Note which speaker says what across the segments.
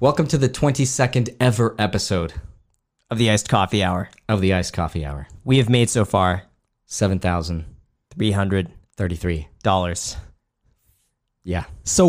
Speaker 1: Welcome to the 22nd ever episode
Speaker 2: of the iced coffee hour.
Speaker 1: of the Iced Coffee Hour.
Speaker 2: We have made so far
Speaker 1: $7,033.
Speaker 2: three hundred dollars.
Speaker 1: Yeah.
Speaker 3: So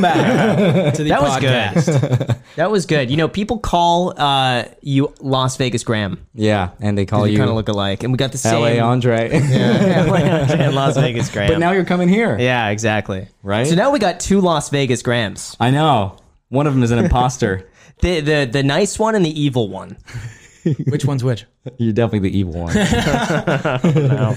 Speaker 3: back to the
Speaker 2: That was
Speaker 3: podcast.
Speaker 2: good. that was good. You know, people call uh, you Las Vegas Graham.
Speaker 1: Yeah. And they call
Speaker 2: You
Speaker 1: you
Speaker 2: kind of look alike, and we got the same
Speaker 1: LA Andre.
Speaker 2: and Las Vegas Graham.
Speaker 1: but now you're coming here.
Speaker 2: yeah, exactly.
Speaker 1: Right?
Speaker 2: So now we got two Las Vegas Grahams.
Speaker 1: I know. One of them is an imposter.
Speaker 2: The the the nice one and the evil one.
Speaker 3: Which one's which?
Speaker 1: You're definitely the evil one.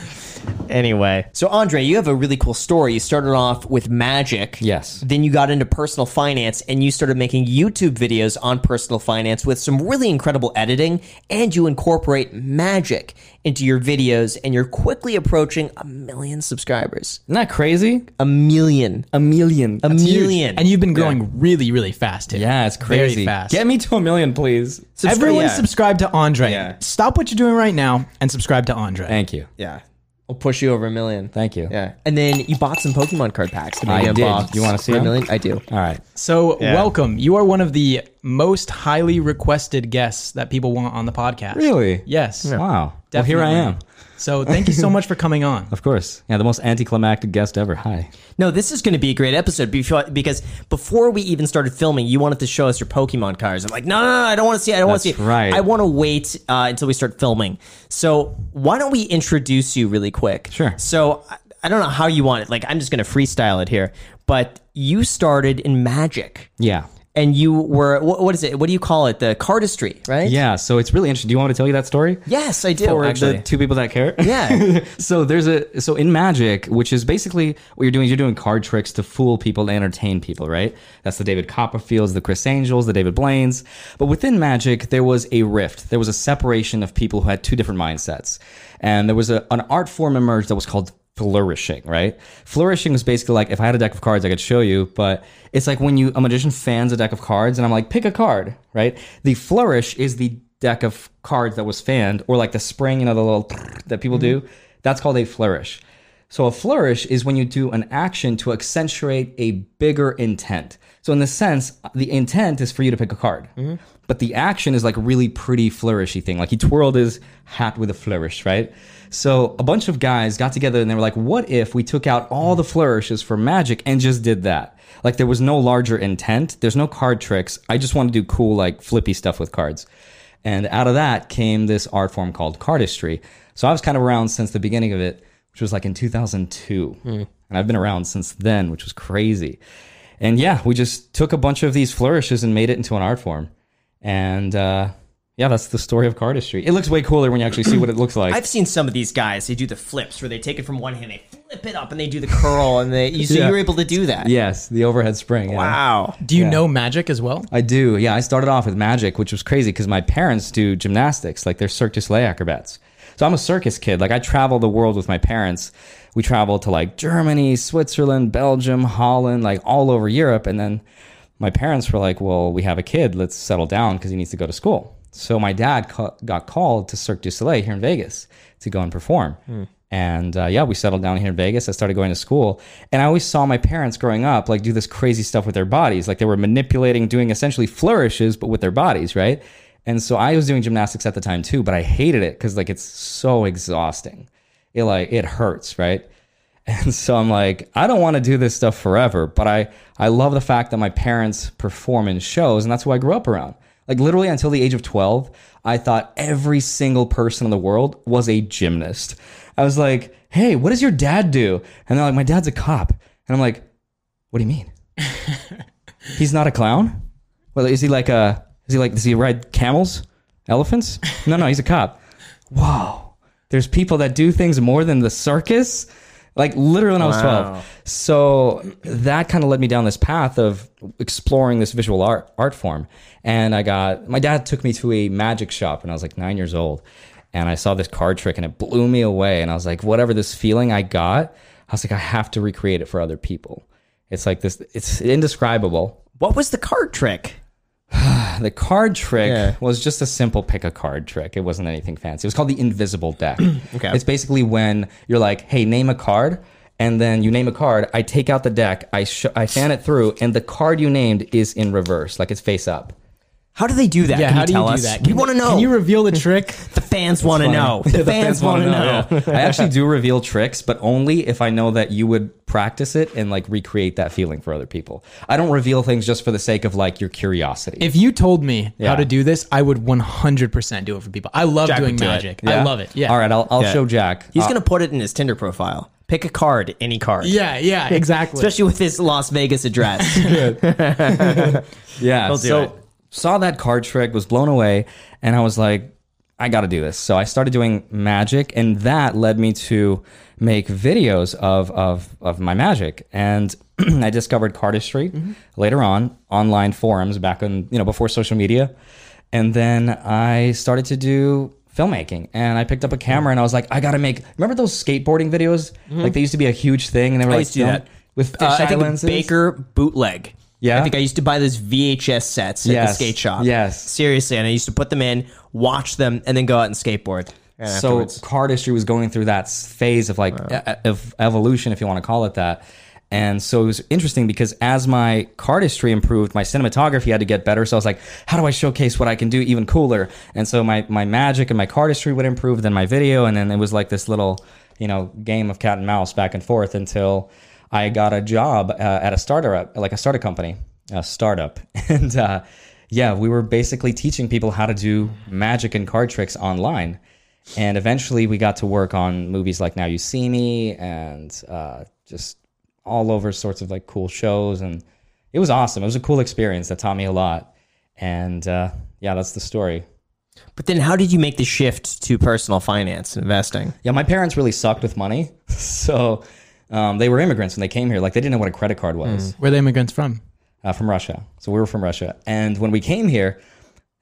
Speaker 2: Anyway, so Andre, you have a really cool story. You started off with magic.
Speaker 1: Yes.
Speaker 2: Then you got into personal finance and you started making YouTube videos on personal finance with some really incredible editing and you incorporate magic into your videos and you're quickly approaching a million subscribers.
Speaker 1: Isn't that crazy?
Speaker 2: A million.
Speaker 1: A million.
Speaker 2: A million.
Speaker 3: And you've been growing really, really fast too.
Speaker 1: yeah, it's
Speaker 3: Very
Speaker 1: crazy.
Speaker 3: fast.
Speaker 1: Get me to a million, please.
Speaker 3: Everyone
Speaker 2: yeah.
Speaker 3: subscribe to Andre.
Speaker 2: Yeah.
Speaker 3: Stop what you're doing right now and subscribe to Andre.
Speaker 1: Thank you.
Speaker 2: Yeah. I'll push you over a million.
Speaker 1: Thank you.
Speaker 2: Yeah. And then you bought some Pokemon card packs. that
Speaker 1: I
Speaker 2: maybe
Speaker 1: did.
Speaker 2: unboxed
Speaker 1: You wanna see
Speaker 2: for a
Speaker 1: them?
Speaker 2: million? I do.
Speaker 1: All right.
Speaker 3: So welcome. You are one of the most highly requested guests that people want on the podcast.
Speaker 1: Really?
Speaker 3: Yes.
Speaker 1: Wow. Well, here I am.
Speaker 3: Definitely. So thank you so much for coming on.
Speaker 1: Of course. Yeah, the most anticlimactic guest ever. Hi.
Speaker 2: No, this is going to be a great episode befo- because before we even started filming, you wanted to show us your Pokemon cards. I'm like, no, no, no, I don't want to see it. I don't want to see
Speaker 1: That's
Speaker 2: it.
Speaker 1: right.
Speaker 2: I want to wait uh, until we start filming. So why don't we introduce you really quick?
Speaker 1: Sure.
Speaker 2: So I, I don't know how you want it. Like, I'm just going to freestyle it here. But you started in Magic.
Speaker 1: Yeah.
Speaker 2: And you were what, what is it? What do you call it? The cardistry, right?
Speaker 1: Yeah, so it's really interesting. Do you want me to tell you that story?
Speaker 2: Yes, I do.
Speaker 1: for
Speaker 2: Oh, actually.
Speaker 1: the two people that care.
Speaker 2: Yeah.
Speaker 1: so there's a so in magic, which is basically what you're doing is you're doing card tricks to fool people to entertain people, right? That's the David Copperfields, the Chris Angels, the David Blaines. But within magic, there was a rift. There was a separation of people who had two different mindsets, and there was a, an art form emerged that was called flourishing right flourishing is basically like if i had a deck of cards i could show you but it's like when you a magician fans a deck of cards and i'm like pick a card right the flourish is the deck of cards that was fanned, or like the spring, you know, the little that people do, that's called a flourish. So a flourish is when you do an action to accentuate a bigger intent. So in the sense, the intent is for you to pick a card, but the action is like a really pretty flourishy thing. Like he twirled his hat with a flourish, right? So a bunch of guys got together and they were like, "What if we took out all the flourishes for magic and just did that?" Like there was no larger intent. There's no card tricks. I just want to do cool, like flippy stuff with cards. And out of that came this art form called cardistry. So I was kind of around since the beginning of it, which was like in 2002. And I've been around since then, which was crazy. And yeah, we just took a bunch of these flourishes and made it into an art form. And uh, yeah, that's the story of cardistry. It looks way cooler when you actually see what it looks like.
Speaker 2: I've seen some of these guys. They do the flips where they take it from one hand, they flip it up, and they do the curl, and they. You, so
Speaker 1: Yeah.
Speaker 2: you were able to do that.
Speaker 1: yes, the overhead spring. yeah.
Speaker 2: Wow.
Speaker 3: Do you know magic as well?
Speaker 1: I do. Yeah, I started off with magic, which was crazy because my parents do gymnastics, like they're Cirque du Soleil acrobats. So I'm a circus kid. Like I travel the world with my parents. We traveled to like Germany, Switzerland, Belgium, Holland, like all over Europe. And then my parents were like, "Well, we have a kid. Let's settle down because he needs to go to school." So my dad ca- got called to Cirque du Soleil here in Vegas to go and perform. And uh, yeah, we settled down here in Vegas. I started going to school, and I always saw my parents growing up like do this crazy stuff with their bodies, like they were manipulating, doing essentially flourishes, but with their bodies, right? And so I was doing gymnastics at the time too, but I hated it because like it's so exhausting. It like it hurts, right? And so I'm like, I don't want to do this stuff forever, but I I love the fact that my parents perform in shows, and that's who I grew up around. Like literally until the age of 12, I thought every single person in the world was a gymnast. I was like, "Hey, what does your dad do?" And they're like, "My dad's a cop." And I'm like, "What do you mean? He's not a clown? Well, is he like a? Is he like? Does he ride camels, elephants? No, no, he's a cop. Whoa, there's people that do things more than the circus. Like literally when I was twelve. So that kind of led me down this path of exploring this visual art art form. And I got my dad took me to a magic shop when I was like nine years old, and I saw this card trick and it blew me away. And I was like, whatever this feeling I got, I was like, I have to recreate it for other people. It's like this. It's indescribable
Speaker 2: What was the card trick?
Speaker 1: the card trick
Speaker 2: Yeah.
Speaker 1: was just a simple pick a card trick. It wasn't anything fancy. It was called the invisible deck.
Speaker 2: Okay.
Speaker 1: It's basically when you're like, hey, name a card. and then you name a card. I take out the deck, I sh- I fan it through, and the card you named is in reverse, like it's face up.
Speaker 2: How do they do that?
Speaker 3: Yeah,
Speaker 2: Can
Speaker 3: how
Speaker 2: you
Speaker 3: do you
Speaker 2: tell
Speaker 3: do
Speaker 2: us?
Speaker 3: that?
Speaker 2: We
Speaker 3: Can-
Speaker 2: want to know.
Speaker 3: Can you reveal the trick?
Speaker 2: the fans want to know. The, fans want to know.
Speaker 1: yeah. I actually do reveal tricks, but only if I know that you would practice it and like recreate that feeling for other people. I don't reveal things just for the sake of like your curiosity.
Speaker 3: If you told me
Speaker 1: Yeah.
Speaker 3: how to do this, I would 100% do it for people. I love
Speaker 2: Jack would
Speaker 3: doing
Speaker 2: do it.
Speaker 3: magic.
Speaker 1: Yeah.
Speaker 3: I love it. Yeah.
Speaker 1: All right, I'll, I'll
Speaker 2: Yeah.
Speaker 1: show Jack.
Speaker 2: He's
Speaker 1: Uh,
Speaker 2: gonna put it in his Tinder profile. Pick a card, any card.
Speaker 3: Yeah, yeah, exactly.
Speaker 2: Especially with hthis Las Vegas address. Uh,
Speaker 1: yeah.
Speaker 2: do
Speaker 1: so
Speaker 2: it.
Speaker 1: saw that card trick, was blown away, and I was like, I got to do this. So I started doing magic, and that led me to make videos of of of my magic. And I discovered cardistry
Speaker 2: Mm-hmm.
Speaker 1: later on online forums back in you know before social media, and then I started to do filmmaking and I picked up a
Speaker 2: Mm-hmm.
Speaker 1: camera and I was like I gotta make remember those skateboarding videos like they used to be a huge thing and they were like
Speaker 2: used to do
Speaker 1: filmed
Speaker 2: that.
Speaker 1: with
Speaker 2: Uh, I
Speaker 1: fisheye
Speaker 2: think
Speaker 1: lenses
Speaker 2: Baker bootleg.
Speaker 1: Yeah?
Speaker 2: I think I used to buy those VHS sets at the
Speaker 1: Yes.
Speaker 2: skate shop.
Speaker 1: Yes.
Speaker 2: Seriously, and I used to put them in, watch them, and then go out and skateboard. And
Speaker 1: so
Speaker 2: afterwards-
Speaker 1: cardistry was going through that s- phase of like e- of evolution if you want to call it that and so it was interesting because as my cardistry improved my cinematography had to get better so i was like how do i showcase what i can do even cooler and so my, my magic and my cardistry would improve then my video and then it was like this little you know game of cat and mouse back and forth until i got a job uh, at a startup like a startup company a startup and uh, yeah we were basically teaching people how to do magic and card tricks online and eventually we got to work on movies like Now You See Me and uh, just all over sorts of like cool shows. And it was awesome. It was a cool experience that taught me a lot. And uh, yeah, that's the story.
Speaker 2: but then how did you make the shift to personal finance and investing?
Speaker 1: Yeah, my parents really sucked with money. so um, they were immigrants when they came here. Like they didn't know what a credit card was.
Speaker 2: Mm.
Speaker 3: Where are the immigrants from?
Speaker 1: uh, from Russia. So we were from Russia. And when we came here,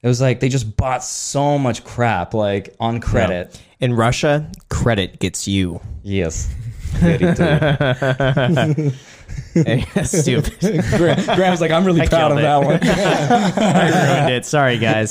Speaker 1: it was like they just bought so much crap, like on credit.
Speaker 2: In Russia, credit gets you.
Speaker 1: Yes. Very true.
Speaker 2: Stupid.
Speaker 1: Gra- Graham's like, I'm really proud of
Speaker 2: killed it.
Speaker 1: that one.
Speaker 2: I ruined it. Sorry, guys.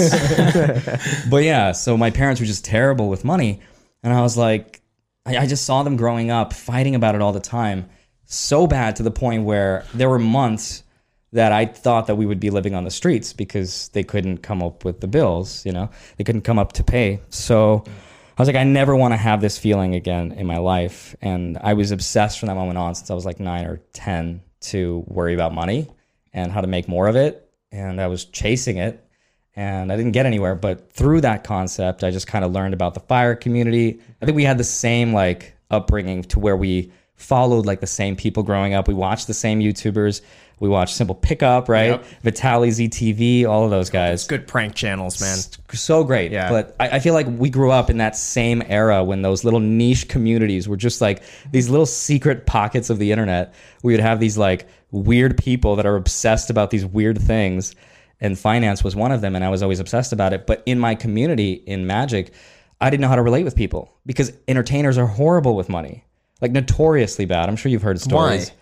Speaker 1: but yeah, so my parents were just terrible with money. And I was like, I, I just saw them growing up fighting about it all the time. So bad to the point where there were months that I thought that we would be living on the streets because they couldn't come up with the bills, you know, they couldn't come up to pay. So I was like, I never want to have this feeling again in my life. And I was obsessed from that moment on since I was like nine or 10 to worry about money and how to make more of it. And I was chasing it and I didn't get anywhere. But through that concept, I just kind of learned about the fire community. I think we had the same like upbringing to where we followed like the same people growing up. We watched the same YouTubers. We watched Simple Pickup, right? Vitali ZTV, all of those guys.
Speaker 2: Good prank channels, man.
Speaker 1: So great.
Speaker 2: Yeah.
Speaker 1: But I, I feel like we grew up in that same era when those little niche communities were just like these little secret pockets of the internet. We would have these like weird people that are obsessed about these weird things. And finance was one of them. And I was always obsessed about it. But in my community, in magic, I didn't know how to relate with people because entertainers are horrible with money, like notoriously bad. I'm sure you've heard stories
Speaker 2: Why?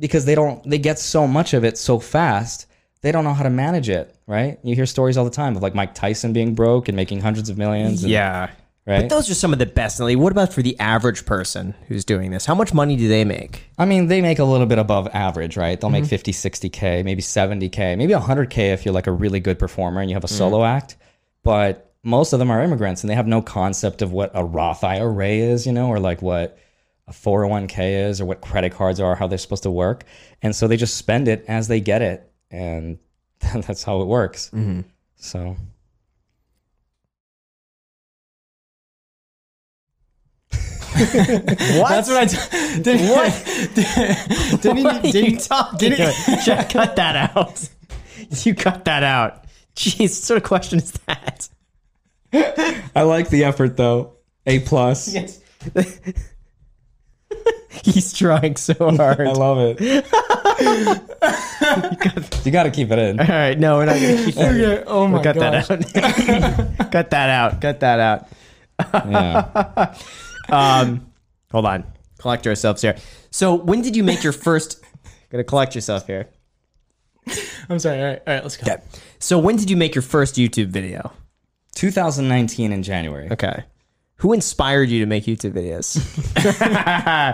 Speaker 1: because they don't they get so much of it so fast they don't know how to manage it right you hear stories all the time of like mike tyson being broke and making hundreds of millions and-
Speaker 2: Yeah.
Speaker 1: right
Speaker 2: Those are some of the best. Like, what about for the average person who's doing this? How much money do they make?
Speaker 1: i mean they make a little bit above average right they'll make 50 60k maybe 70k maybe 100k if you're like a really good performer and you have a solo act but most of them are immigrants and they have no concept of what a roth ira is you know or like what a 401k is or what credit cards are how they're supposed to work and so they just spend it as they get it and that's how it works so
Speaker 2: What?
Speaker 3: That's what I t- didn't, what? didn't,
Speaker 2: What
Speaker 3: he-
Speaker 2: are
Speaker 3: didn't
Speaker 2: you talking? about? Jack, cut that out. You cut that out. Jeez, what sort of question is that?
Speaker 1: I like the effort though. A plus.
Speaker 2: Yes. He's trying so hard.
Speaker 1: I
Speaker 2: All
Speaker 1: love it. you got to keep it in.
Speaker 2: right, no, we're not going to keep that.
Speaker 3: Okay, oh my
Speaker 2: We'll cut
Speaker 3: gosh.
Speaker 2: that out. cut that out. Cut that out.
Speaker 1: Yeah.
Speaker 2: Um, hold on. Collect yourselves here. So, when did you make your first? Gonna collect yourself here.
Speaker 3: I'm sorry. All right, all right, let's go.
Speaker 2: So, when did you make your first YouTube video?
Speaker 1: 2019 in January.
Speaker 2: Okay. Who inspired you to make YouTube videos?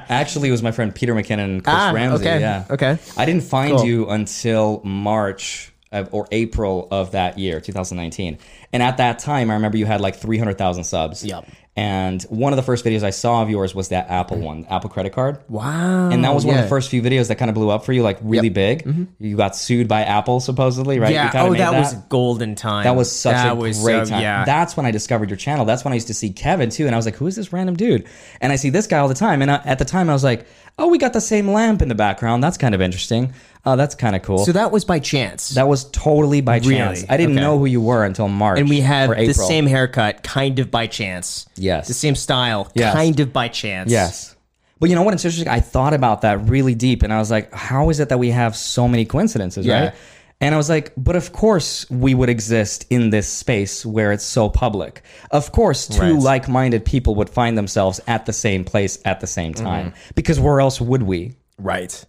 Speaker 1: Actually, it was my friend Peter McKinnon and Chris
Speaker 2: Ah,
Speaker 1: Ramsey.
Speaker 2: okay,
Speaker 1: Yeah.
Speaker 2: okay.
Speaker 1: I didn't find
Speaker 2: Cool.
Speaker 1: you until March of, or April of that year, 2019. And at that time, I remember you had like 300,000 subs.
Speaker 2: Yep.
Speaker 1: And one of the first videos I saw of yours was that Apple one, Apple credit card.
Speaker 2: Wow.
Speaker 1: And that was one of
Speaker 2: yeah. Mm-hmm.
Speaker 1: the first few videos that kind of blew up for you, like really big. You got sued by Apple, supposedly, right? You
Speaker 2: Yeah.
Speaker 1: kinda
Speaker 2: oh,
Speaker 1: made
Speaker 2: that, was golden time.
Speaker 1: that was such
Speaker 2: That
Speaker 1: a
Speaker 2: was
Speaker 1: great
Speaker 2: so-
Speaker 1: time.
Speaker 2: Yeah.
Speaker 1: That's when I discovered your channel. That's when I used to see Kevin too, and I was like, "Who is this random dude?" And I see this guy all the time. And I, at the time, I was like, "Oh, we got the same lamp in the background. That's kind of interesting. Oh, that's kind of cool."
Speaker 2: so that was by chance.
Speaker 1: that was totally by chance. I didn't
Speaker 2: Okay.
Speaker 1: know who you were until March.
Speaker 2: and we had
Speaker 1: or April.
Speaker 2: the same haircut, kind of by chance.
Speaker 1: Yes.
Speaker 2: The same style,
Speaker 1: Yes.
Speaker 2: kind of by chance.
Speaker 1: Yes. But you know what? It's interesting. I thought about that really deep and I was like, how is it that we have so many coincidences,
Speaker 2: Yeah.
Speaker 1: right? And I was like, but of course we would exist in this space where it's so public. Of course, two
Speaker 2: Right.
Speaker 1: like minded people would find themselves at the same place at the same
Speaker 2: Mm-hmm.
Speaker 1: time because where else would we?
Speaker 2: Right.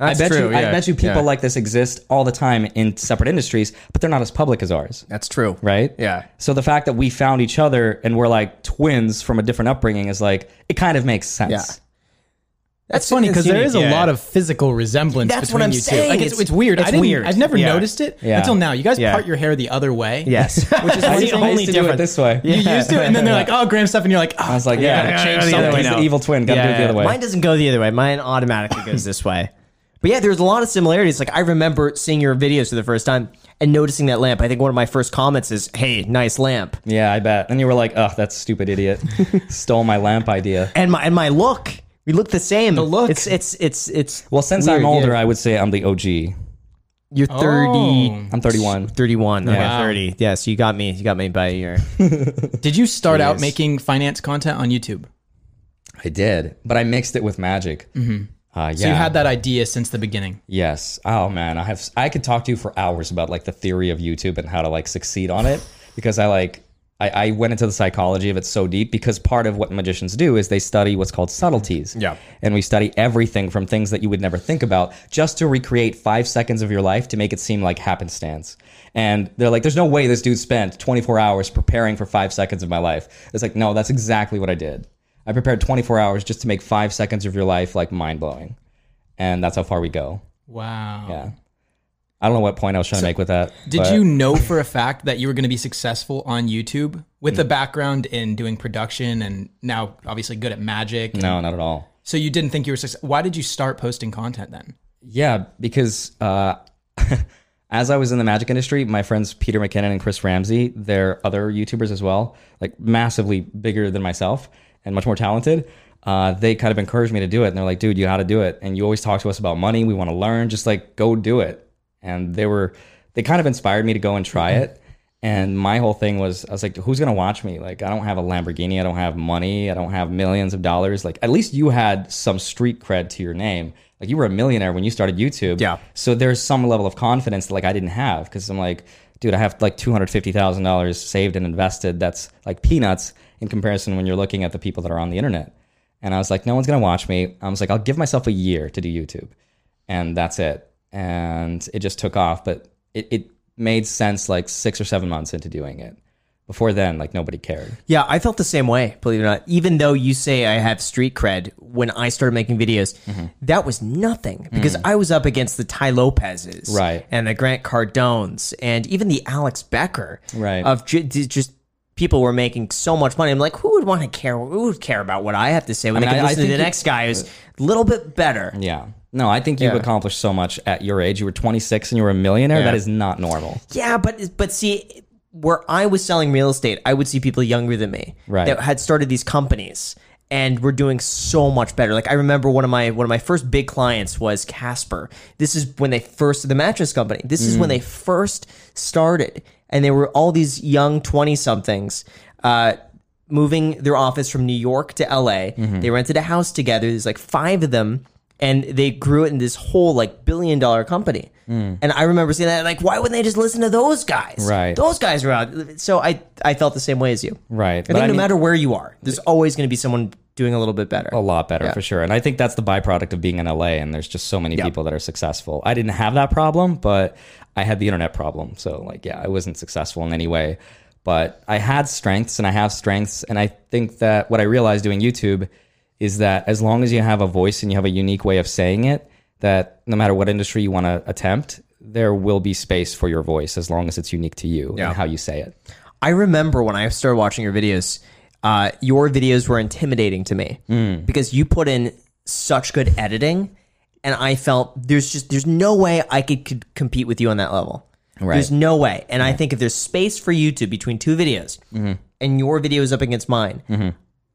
Speaker 1: I
Speaker 2: That's
Speaker 1: bet
Speaker 2: true.
Speaker 1: you,
Speaker 2: yeah,
Speaker 1: I bet you people
Speaker 2: yeah.
Speaker 1: like this exist all the time in separate industries, but they're not as public as ours
Speaker 2: That's true.
Speaker 1: right?
Speaker 2: Yeah.
Speaker 1: So the fact that we found each other and we're like twins from a different upbringing is like it kind of makes sense.
Speaker 2: Yeah.
Speaker 3: That's funny because there is a lot of physical resemblance
Speaker 2: That's what
Speaker 3: between
Speaker 2: I'm
Speaker 3: you
Speaker 2: saying.
Speaker 3: two. Like it's,
Speaker 2: It's-
Speaker 3: it's weird.
Speaker 2: it's
Speaker 3: I didn't,
Speaker 2: weird.
Speaker 3: I've never
Speaker 2: Yeah.
Speaker 3: noticed it
Speaker 1: Yeah.
Speaker 3: until now. You guys
Speaker 2: Yeah.
Speaker 3: part your hair the other way.
Speaker 2: Yes.
Speaker 3: which is
Speaker 1: I
Speaker 3: one
Speaker 1: used,
Speaker 3: thing.
Speaker 1: I used to do it
Speaker 2: difference.
Speaker 1: this way.
Speaker 3: You used to, and then they're like, "Oh, Graham Stefan," you're like, oh,
Speaker 1: I was like, yeah,
Speaker 2: Yeah,
Speaker 1: gotta
Speaker 2: yeah,
Speaker 1: change
Speaker 2: yeah,
Speaker 1: something.
Speaker 2: yeah,
Speaker 1: He's
Speaker 2: yeah.
Speaker 1: the evil twin. Gotta do it the other way.
Speaker 2: Mine doesn't go the other way. Mine automatically goes this way. But yeah, there's a lot of similarities. Like I remember seeing your videos for the first time and noticing that lamp. I think one of my first comments is, "Hey, nice lamp."
Speaker 1: yeah, I bet. And you were like, oh, that stupid idiot stole my lamp idea.
Speaker 2: And my and my look, we look the same. The
Speaker 3: look.
Speaker 2: It's it's it's it's.
Speaker 1: Well, since
Speaker 2: Weird,
Speaker 1: I'm older,
Speaker 2: yeah.
Speaker 1: I would say I'm the OG.
Speaker 2: you're 30,
Speaker 1: I'm 31.
Speaker 2: 31. Okay,
Speaker 1: Oh. Wow.
Speaker 2: 30. Yeah, so you got me. You got me by a year.
Speaker 3: Did you start out
Speaker 2: Jeez.
Speaker 3: making finance content on YouTube?
Speaker 1: I did, but I mixed it with magic. Mm-hmm. Uh, yeah.
Speaker 3: So you had that idea since the beginning.
Speaker 1: Yes. Oh man, I have. I could talk to you for hours about like the theory of YouTube and how to like succeed on it because I like. I, I went into the psychology of it so deep because part of what magicians do is they study what's called subtleties.
Speaker 2: Yeah.
Speaker 1: And we study everything from things that you would never think about just to recreate five seconds of your life to make it seem like happenstance. And they're like, there's no way this dude spent 24 hours preparing for five seconds of my life. It's like, no, that's exactly what I did. I prepared 24 hours just to make five seconds of your life like mind blowing. And that's how far we go.
Speaker 3: Wow.
Speaker 1: Yeah. I don't know what point I was trying to make with that.
Speaker 3: Did
Speaker 1: but
Speaker 3: you know for a fact that you were going to be successful on YouTube with a background in doing production and now obviously good at magic?
Speaker 1: No, not at all.
Speaker 3: So you didn't think you were successful. Why did you start posting content then?
Speaker 1: Yeah, because uh, as I was in the magic industry, my friends Peter McKinnon and Chris Ramsey, they're other YouTubers as well, like massively bigger than myself and much more talented. Uh, they kind of encouraged me to do it, and they're like, "Dude, you know how to do it, and you always talk to us about money. We want to learn. Just like go do it." And they were, they kind of inspired me to go and try it. And my whole thing was, I was like, "Who's gonna watch me? Like, I don't have a Lamborghini. I don't have money. I don't have millions of dollars. Like, at least you had some street cred to your name. Like, you were a millionaire when you started YouTube.
Speaker 2: Yeah.
Speaker 1: So there's some level of confidence that like I didn't have because I'm like, dude, I have like two hundred fifty thousand dollars saved and invested. That's like peanuts in comparison when you're looking at the people that are on the internet. And I was like, no one's gonna watch me. I was like, I'll give myself a year to do YouTube, and that's it. And it just took off, but it, it made sense like six or seven months into doing it. Before then, like nobody cared.
Speaker 2: Yeah, I felt the same way, believe it or not. Even though you say I have street cred, when I started making videos,
Speaker 1: Mm-hmm.
Speaker 2: that was nothing because I was up against the Ty Lopez's
Speaker 1: Right.
Speaker 2: and the Grant Cardones and even the Alex Becker
Speaker 1: Right.
Speaker 2: of ju- d- just people were making so much money. I'm like, who would want to care? Who would care about what I have to say when I
Speaker 1: mean,
Speaker 2: can
Speaker 1: I- I
Speaker 2: listen to
Speaker 1: think
Speaker 2: the
Speaker 1: it- uh, Mm.
Speaker 2: next guy who's a little bit better?
Speaker 1: Yeah. No, I think you've
Speaker 2: Yeah.
Speaker 1: accomplished so much at your age. You were 26 and you were a millionaire. That is not normal.
Speaker 2: Yeah, but but see, where I was selling real estate, I would see people younger than me
Speaker 1: Right.
Speaker 2: that had started these companies and were doing so much better. Like I remember one of my one of my first big clients was Casper. This is when they first the mattress company. This is when they first started, and they were all these young twenty somethings. Uh, moving their office from New York to LA. They rented a house together. There's like five of them, and they grew it in this whole like billion dollar company. And I remember seeing that, like, why wouldn't they just listen to those guys?
Speaker 1: Right.
Speaker 2: Those guys were out. So I, I felt the same way as you.
Speaker 1: Right.
Speaker 2: I
Speaker 1: But
Speaker 2: think
Speaker 1: I
Speaker 2: no
Speaker 1: mean-
Speaker 2: matter where you are, there's always going to be someone doing a little bit better.
Speaker 1: a lot better for sure. And I think that's the byproduct of being in LA and there's just so many people that are successful. I didn't have that problem, but I had the internet problem. So like yeah, I wasn't successful in any way. But I had strengths and I have strengths. And I think that what I realized doing YouTube is that as long as you have a voice and you have a unique way of saying it, that no matter what industry you want to attempt, there will be space for your voice as long as it's unique to you and how you say it.
Speaker 2: I remember when I started watching your videos, uh, your videos were intimidating to me
Speaker 1: Mm.
Speaker 2: because you put in such good editing, and I felt there's just there's no way I could, could compete with you on that level.
Speaker 1: Right.
Speaker 2: There's no way, and I think if there's space for you two between two videos,
Speaker 1: Mm-hmm.
Speaker 2: and your video is up against mine,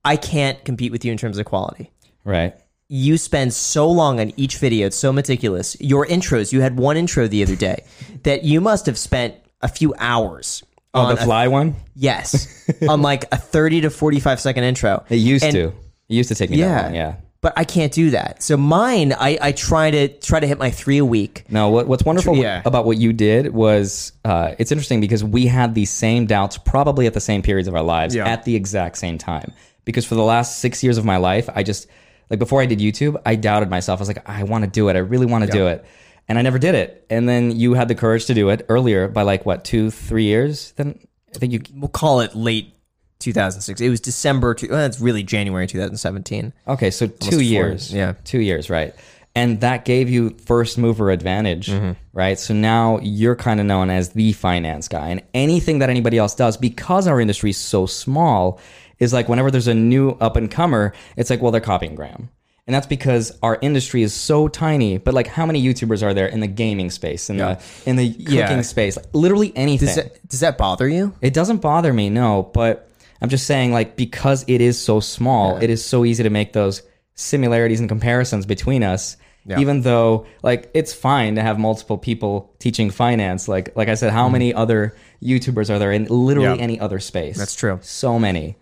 Speaker 2: I can't compete with you in terms of quality.
Speaker 1: Right.
Speaker 2: You spend so long on each video; it's so meticulous. Your intros, you had one intro the other day that you must have spent a few hours.
Speaker 1: Oh,
Speaker 2: on
Speaker 1: the fly one?
Speaker 2: Yes, on like a thirty to forty-five second intro.
Speaker 1: It used
Speaker 2: And-
Speaker 1: to. It used to take me that
Speaker 2: Yeah,
Speaker 1: long. Yeah.
Speaker 2: But I can't do that. So mine, I, I try to try to hit my three a week.
Speaker 1: No, what, what's wonderful
Speaker 2: Yeah.
Speaker 1: about what you did was uh, it's interesting because we had these same doubts probably at the same periods of our lives
Speaker 2: Yeah.
Speaker 1: at the exact same time. Because for the last six years of my life, I just, like before I did YouTube, I doubted myself. I was like, I want to do it. I really want to do it. And I never did it. And then you had the courage to do it earlier by like, what, two, three years? Then I think you,
Speaker 2: We'll call it late 2006. It was December. To, well, that's really January 2017.
Speaker 1: Okay, so two years.
Speaker 2: yeah.
Speaker 1: Two years, right. And that gave you first mover advantage,
Speaker 2: Mm-hmm.
Speaker 1: right? So now you're kind of known as the finance guy. And anything that anybody else does, because our industry is so small, is like whenever there's a new up and comer, it's like, well, they're copying Graham. And that's because our industry is so tiny. But like, how many YouTubers are there in the gaming space, in the in the cooking
Speaker 2: Yeah.
Speaker 1: space, like, literally anything?
Speaker 2: Does that, does that bother you?
Speaker 1: It doesn't bother me, no, but I'm just saying, like, because it is so small, it is so easy to make those similarities and comparisons between us. Even though, like, it's fine to have multiple people teaching finance. Like, like I said, how many other YouTubers are there in literally
Speaker 2: Mm-hmm. Yeah.
Speaker 1: any other space? That's
Speaker 2: true.
Speaker 1: So many.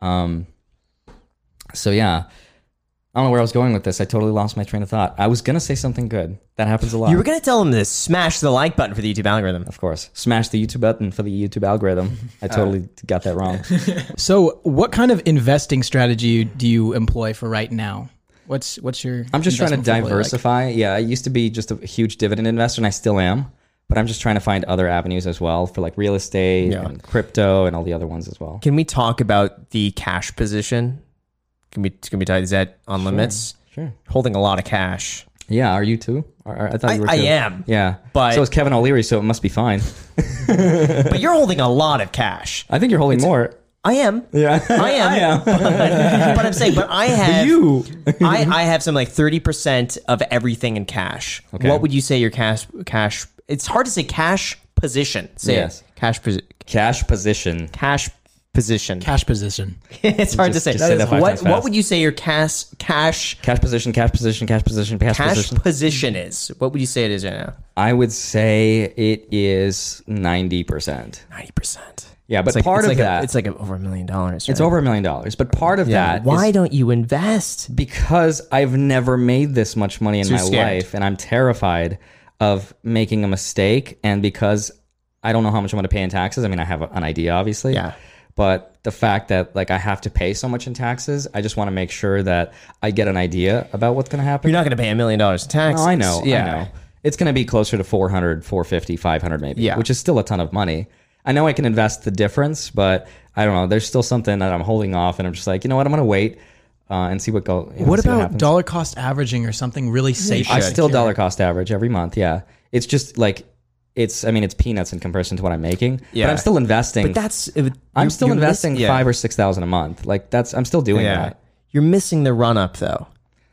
Speaker 1: Um,
Speaker 2: Yeah.
Speaker 1: So yeah, I don't know where I was going with this. I totally lost my train of thought. I was gonna say something good. That happens a lot.
Speaker 2: You were gonna tell them to smash the like button for the YouTube algorithm.
Speaker 1: of course, smash the YouTube button for the YouTube algorithm.
Speaker 2: Uh,
Speaker 1: I totally got that wrong.
Speaker 3: So, what kind of investing strategy do you employ for right now? What's what's your?
Speaker 1: I'm just trying to
Speaker 3: investment portfolio like?
Speaker 1: diversify. Yeah, I used to be just a huge dividend investor, and I still am. But I'm just trying to find other avenues as well for like real estate and crypto and all the other ones as well.
Speaker 2: Can we talk about the cash position? Can we can we tie is that on limits?
Speaker 1: Sure.
Speaker 2: Holding a lot of cash.
Speaker 1: Yeah, are you too? Or- or- I thought you were.
Speaker 2: I
Speaker 1: too.
Speaker 2: am.
Speaker 1: Yeah,
Speaker 2: But-
Speaker 1: so is Kevin O'Leary, so it must be fine.
Speaker 2: But you're holding a lot of cash.
Speaker 1: I think you're holding more.
Speaker 2: I am.
Speaker 1: Yeah,
Speaker 2: I am. But, but I'm saying, but I have
Speaker 1: you.
Speaker 2: I, I have some like thirty percent of everything in cash. What would you say your cash cash? It's hard to say cash position. Say it.
Speaker 1: Yes.
Speaker 2: cash posi-
Speaker 1: Cash position.
Speaker 2: cash position.
Speaker 3: cash position.
Speaker 2: it's hard
Speaker 1: Just-
Speaker 2: to say.
Speaker 1: just say that five
Speaker 2: what
Speaker 1: times fast.
Speaker 2: what would you say your cash cash
Speaker 1: Cash position. Cash position. Cash position. Cash,
Speaker 2: cash
Speaker 1: position.
Speaker 2: position is? What would you say it is right now?
Speaker 1: I would say it is ninety percent.
Speaker 2: Ninety percent.
Speaker 1: Yeah, but
Speaker 2: It's like,
Speaker 1: part
Speaker 2: it's
Speaker 1: of
Speaker 2: like
Speaker 1: that
Speaker 2: a, it's like a, over a million dollars.
Speaker 1: it's over a million dollars. But part of that is
Speaker 2: Why don't you invest?
Speaker 1: because I've never made this much money in my
Speaker 2: scared.
Speaker 1: life and I'm terrified of making a mistake and because I don't know how much I'm going to pay in taxes. I mean, I have an idea obviously.
Speaker 2: Yeah.
Speaker 1: But the fact that like I have to pay so much in taxes, I just want to make sure that I get an idea about what's going to happen.
Speaker 2: You're not going to pay a million dollars in tax.
Speaker 1: No, Oh, I know. I know. It's going to be closer to 400, 450, 500 maybe,
Speaker 2: Yeah.
Speaker 1: which is still a ton of money. I know I can invest the difference, but I don't know. There's still something that I'm holding off and I'm just like, you know what? I'm going to wait uh, and see what goes.
Speaker 3: What about dollar cost averaging or something really safe?
Speaker 1: I
Speaker 3: and
Speaker 1: still
Speaker 3: secure?
Speaker 1: dollar cost average every month. Yeah. It's just like, it's, I mean, it's peanuts in comparison to what I'm making, but
Speaker 2: Yeah.
Speaker 1: I'm still investing.
Speaker 2: But that's
Speaker 1: I'm still investing
Speaker 2: five.
Speaker 1: five or 6,000 a month. Like that's, I'm still doing that.
Speaker 2: You're missing the run up though.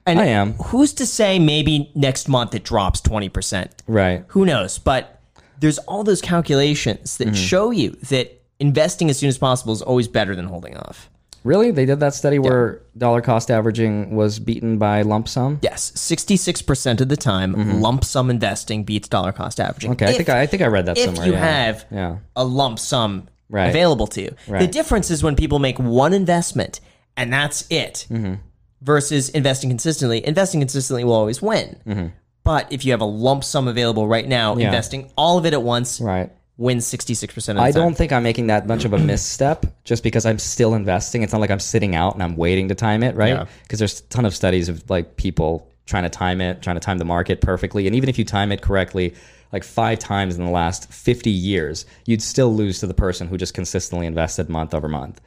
Speaker 2: And
Speaker 1: I am.
Speaker 2: Who's to say maybe next month it drops 20%?
Speaker 1: Right.
Speaker 2: Who knows? But there's all those calculations
Speaker 1: Mm-hmm.
Speaker 2: that show you that investing as soon as possible is always better than holding off.
Speaker 1: Really? They did that study where dollar cost averaging was beaten by lump sum?
Speaker 2: Yes, 66% of the time, lump sum investing beats dollar cost averaging.
Speaker 1: Mm-hmm. Okay, I
Speaker 2: If-
Speaker 1: think I, I think I read that
Speaker 2: if
Speaker 1: somewhere.
Speaker 2: you
Speaker 1: yeah.
Speaker 2: have
Speaker 1: yeah,
Speaker 2: a lump sum
Speaker 1: Right.
Speaker 2: available to you. The
Speaker 1: Right.
Speaker 2: difference is when people make one investment and that's it
Speaker 1: Mm-hmm.
Speaker 2: versus investing consistently. Investing consistently will always win.
Speaker 1: Mm-hmm.
Speaker 2: But if you have a lump sum available right now, investing all of it at once
Speaker 1: right.
Speaker 2: wins 66% of the
Speaker 1: I
Speaker 2: time.
Speaker 1: don't think I'm making that much of a misstep just because I'm still investing. It's not like I'm sitting out and I'm waiting to time it, right? Because there's a ton of studies of like people trying to time it, trying to time the market perfectly, and even if you time it correctly, like five times in the last 50 years, you'd still lose to the person who just consistently invested month over month.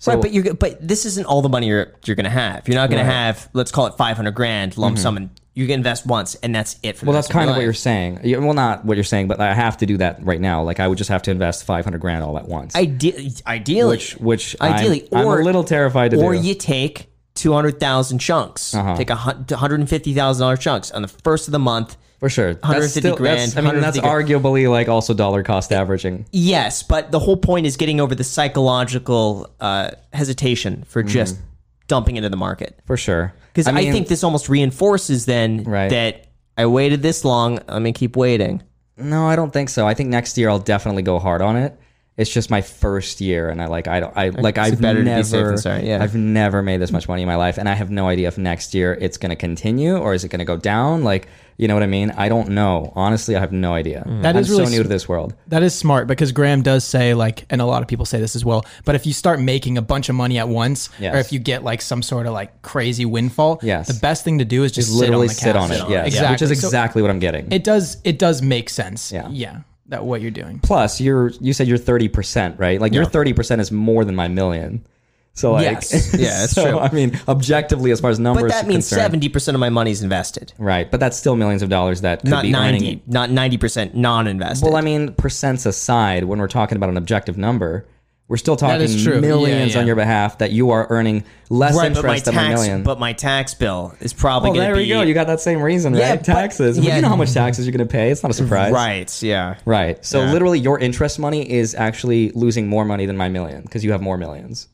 Speaker 1: So,
Speaker 2: right, but you but this isn't all the money you're you're gonna have. You're not gonna have let's call it five hundred grand lump sum, and you can invest once, and that's it. For
Speaker 1: Mm-hmm. well, that's kind of what you're saying. Yeah, Well, not what you're saying, but I have to do that right now. Like I would just have to invest 500 grand all at once,
Speaker 2: Ide- ideally,
Speaker 1: which, which I'm-
Speaker 2: ideally,
Speaker 1: I'm,
Speaker 2: or
Speaker 1: a little terrified to
Speaker 2: or
Speaker 1: do.
Speaker 2: you take two hundred thousand chunks,
Speaker 1: Uh-huh.
Speaker 2: take a hundred and fifty thousand dollar chunks on the first of the month.
Speaker 1: For sure. That's
Speaker 2: 150
Speaker 1: still-
Speaker 2: grand,
Speaker 1: that's- I mean, that's
Speaker 2: 150
Speaker 1: arguably like also dollar cost averaging.
Speaker 2: Yes, but the whole point is getting over the psychological uh, hesitation for just dumping into the market.
Speaker 1: For sure.
Speaker 2: Because I,
Speaker 1: Mm-hmm. mean,
Speaker 2: think this almost reinforces then
Speaker 1: Right.
Speaker 2: that I waited this long. I'm gonna keep waiting.
Speaker 1: No, I don't think so. I think next year I'll definitely go hard on it. It's just my first year, and I like I don't I like I've
Speaker 2: better to be
Speaker 1: never
Speaker 2: safe than sorry, yeah.
Speaker 1: I've never made this much money in my life, and I have no idea if next year it's going to continue or is it going to go down. Like you know what I mean? I don't know. Honestly, I have no idea.
Speaker 3: That
Speaker 1: I'm
Speaker 3: is really
Speaker 1: so new
Speaker 3: s-
Speaker 1: to this world.
Speaker 3: That is smart because Graham does say like, and a lot of people say this as well. But if you start making a bunch of money at once,
Speaker 1: Yes.
Speaker 3: or if you get like some sort of like crazy windfall,
Speaker 1: Yes.
Speaker 3: the best thing to do is just
Speaker 1: Literally
Speaker 3: sit
Speaker 1: sit
Speaker 3: on
Speaker 1: on
Speaker 3: the
Speaker 1: it.
Speaker 3: couch.
Speaker 1: Yes,
Speaker 3: exactly.
Speaker 1: which is
Speaker 3: So
Speaker 1: exactly what I'm getting.
Speaker 3: it does it does make sense.
Speaker 1: Yeah.
Speaker 3: yeah, that what you're doing.
Speaker 1: Plus, you're you said you're thirty percent, right? Like your thirty percent is more than my million. So like,
Speaker 2: Yes. Yeah, it's
Speaker 1: so,
Speaker 2: true.
Speaker 1: I mean, objectively, as far as numbers,
Speaker 2: But that means
Speaker 1: concerned,
Speaker 2: seventy percent of my money's invested,
Speaker 1: Right, but that's still millions of dollars that could
Speaker 2: not
Speaker 1: be earning
Speaker 2: ninety, not ninety percent non-invested.
Speaker 1: Well, I mean, percents aside, when we're talking about an objective number, we're still talking
Speaker 3: is true.
Speaker 1: millions
Speaker 3: Yeah, yeah.
Speaker 1: on your behalf that you are earning less
Speaker 2: right, but my
Speaker 1: interest than a
Speaker 2: tax,
Speaker 1: million.
Speaker 2: but my tax bill is probably
Speaker 1: well,
Speaker 2: going
Speaker 1: there
Speaker 2: to be
Speaker 1: we go. You got that same reason,
Speaker 2: Yeah,
Speaker 1: right?
Speaker 2: but-
Speaker 1: Taxes. Well,
Speaker 2: yeah.
Speaker 1: You know how much taxes you're going to pay. It's not a surprise.
Speaker 2: right. Yeah,
Speaker 1: Right. So literally, your interest money is actually losing more money than my million because you have more millions.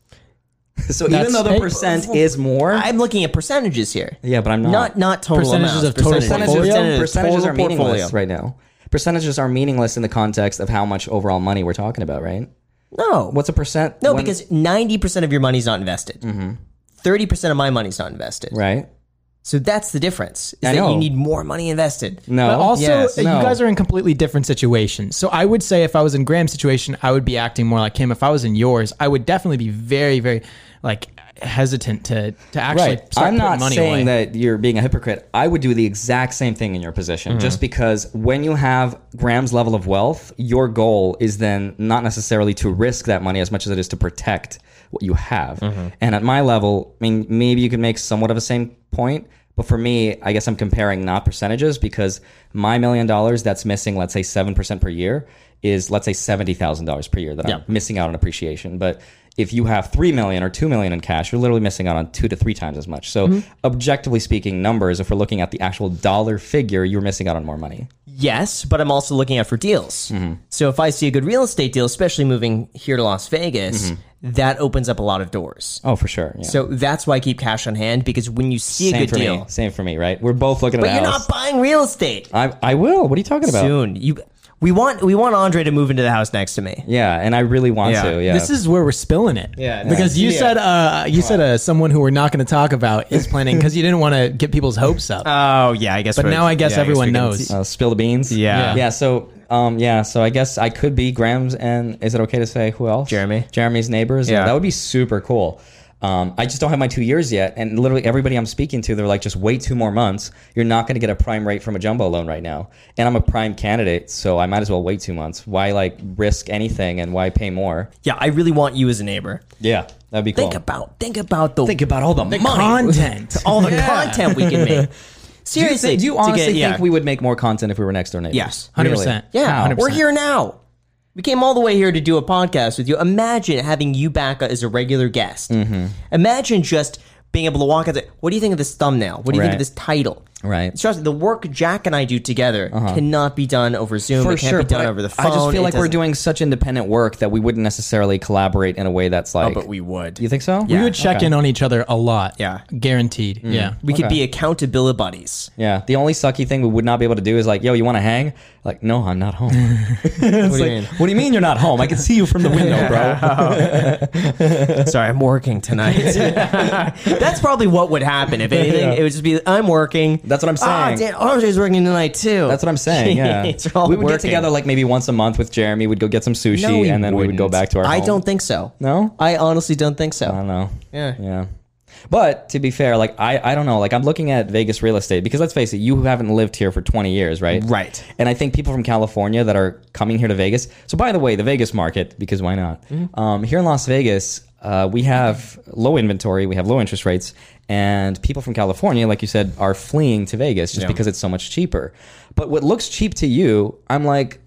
Speaker 1: So even
Speaker 3: That's-
Speaker 1: though the
Speaker 3: Hey,
Speaker 1: percent is more,
Speaker 2: I'm looking at percentages here.
Speaker 1: yeah, but I'm
Speaker 2: Not not total
Speaker 3: Percentages
Speaker 2: amounts,
Speaker 3: of total
Speaker 1: percentages,
Speaker 3: Portfolio?
Speaker 1: percentages,
Speaker 2: total
Speaker 1: are meaningless
Speaker 2: portfolio.
Speaker 1: right now. Percentages are meaningless in the context of how much overall money we're talking about, right?
Speaker 2: No,
Speaker 1: What's a percent?
Speaker 2: no,
Speaker 1: when- Mm-hmm.
Speaker 2: because ninety percent of your money's not invested. 30 percent of my money's not invested.
Speaker 1: right?
Speaker 2: So that's the difference. Is
Speaker 1: I
Speaker 2: that you
Speaker 1: know.
Speaker 2: need more money invested.
Speaker 1: No,
Speaker 3: But also, uh,
Speaker 2: yes.
Speaker 3: you
Speaker 1: Oh, No.
Speaker 3: guys are in completely different situations. So I would say if I was in Graham's situation, I would be acting more like him. If I was in yours, I would definitely be very, very like hesitant to to actually
Speaker 1: right.
Speaker 3: start
Speaker 1: I'm
Speaker 3: putting
Speaker 1: not
Speaker 3: money
Speaker 1: saying
Speaker 3: away.
Speaker 1: that you're being a hypocrite. I would do the exact same thing in your position,
Speaker 3: Mm-hmm.
Speaker 1: just because when you have Graham's level of wealth, your goal is then not necessarily to risk that money as much as it is to protect what you have.
Speaker 3: Mm-hmm.
Speaker 1: And at my level, I mean, maybe you can make somewhat of a same point. But for me, I guess I'm comparing not percentages because my million dollars that's missing, let's say 7% per year, is let's say $70,000 per year that I'm missing out on appreciation. But if you have 3 million or 2 million in cash, you're literally missing out on 2 to 3 times as much.
Speaker 2: Mm-hmm.
Speaker 1: So, objectively speaking, numbers, if we're looking at the actual dollar figure, you're missing out on more money.
Speaker 2: Yes, but I'm also looking out for deals.
Speaker 1: Mm-hmm.
Speaker 2: So if I see a good real estate deal, especially moving here to Las Vegas,
Speaker 1: Mm-hmm.
Speaker 2: that opens up a lot of doors.
Speaker 1: Oh, for sure. Yeah.
Speaker 2: So that's why I keep cash on hand because when you see
Speaker 1: same
Speaker 2: a good
Speaker 1: for
Speaker 2: deal,
Speaker 1: me. Same for me, right? We're both looking
Speaker 2: but
Speaker 1: at a
Speaker 2: you're
Speaker 1: house.
Speaker 2: not buying real estate
Speaker 1: I, I will. What are you talking about?
Speaker 2: soon. You we want we want Andre to move into the house next to me.
Speaker 1: Yeah, and I really want
Speaker 2: Yeah.
Speaker 1: to. Yeah.
Speaker 3: This is where we're spilling it.
Speaker 2: Yeah, it's-
Speaker 3: Because you
Speaker 2: Yeah.
Speaker 3: said uh, you said uh, someone who we're not going to talk about is planning because you didn't want to get people's hopes up.
Speaker 2: Oh yeah, I guess.
Speaker 3: but now I guess everyone knows.
Speaker 1: uh, spill the beans.
Speaker 2: Yeah.
Speaker 1: Yeah. So, um, yeah. So I guess I could be Graham's, and is it okay to say who else?
Speaker 2: Jeremy.
Speaker 1: Jeremy's neighbors.
Speaker 2: Yeah.
Speaker 1: That would be super cool. Um, I just don't have my two years yet, and literally everybody I'm speaking to, they're like, just wait two more months. You're not going to get a prime rate from a jumbo loan right now, and I'm a prime candidate, so I might as well wait two months. Why like risk anything, and why pay more?
Speaker 2: Yeah, I really want you as a neighbor.
Speaker 1: Yeah, that'd be cool.
Speaker 2: Think about think about the
Speaker 1: about all the, money.
Speaker 3: Content.
Speaker 2: all the content we can make.
Speaker 1: Do you,
Speaker 2: Seriously,
Speaker 1: think- do you
Speaker 2: to
Speaker 1: honestly
Speaker 2: get- yeah.
Speaker 1: think we would make more content if we were next door neighbors?
Speaker 2: Yes.
Speaker 3: 100%.
Speaker 1: Really?
Speaker 2: Yeah,
Speaker 3: How?
Speaker 2: we're here now. We came all the way here to do a podcast with you. Imagine having you back as a regular guest.
Speaker 1: Mm-hmm.
Speaker 2: Imagine just being able to walk out. There. What do you think of this thumbnail? What do you think
Speaker 1: Right.
Speaker 2: of this title?
Speaker 1: Right. Uh-huh.
Speaker 2: Trust me, the work Jack and I do together cannot be done over Zoom. it can't be
Speaker 1: but
Speaker 2: done
Speaker 1: I-
Speaker 2: over the phone.
Speaker 1: I just feel
Speaker 2: It
Speaker 1: like we're
Speaker 2: doesn't-
Speaker 1: doing such independent work that we wouldn't necessarily collaborate in a way that's like.
Speaker 2: but we would.
Speaker 1: you think so?
Speaker 3: We would check in on each other a lot.
Speaker 2: Yeah.
Speaker 3: Guaranteed. Yeah.
Speaker 2: we could be accountability buddies.
Speaker 1: Yeah. The only sucky thing we would not be able to do is like, yo, you want to hang? Like, no, I'm not home.
Speaker 2: What do you
Speaker 1: what do you mean you're not home? I can see you from the window, bro.
Speaker 2: mean? Sorry, I'm working tonight. That's probably what would happen if anything. It would just be I'm working.
Speaker 1: That's what I'm
Speaker 2: Ah,
Speaker 1: saying.
Speaker 2: damn, Andre's working tonight too.
Speaker 1: That's what I'm saying. Yeah.
Speaker 2: It's all
Speaker 1: we would
Speaker 2: working.
Speaker 1: get together like maybe once a month with Jeremy. We'd go get some sushi
Speaker 2: No, we
Speaker 1: and then we would go
Speaker 2: wouldn't.
Speaker 1: back to our
Speaker 2: I
Speaker 1: home.
Speaker 2: don't think so.
Speaker 1: No?
Speaker 2: I honestly don't think so.
Speaker 1: I don't know.
Speaker 2: Yeah.
Speaker 1: Yeah. But to be fair, like I, I don't know, like I'm looking at Vegas real estate because let's face it, you haven't lived here for 20 years, right?
Speaker 3: Right.
Speaker 1: And I think people from California that are coming here to Vegas. So by the way, the Vegas market, because why not? Um, here in Las Vegas, uh, we have low inventory, we have low interest rates, and people from California, like you said, are fleeing to Vegas just because it's so much cheaper. But what looks cheap to you, I'm like,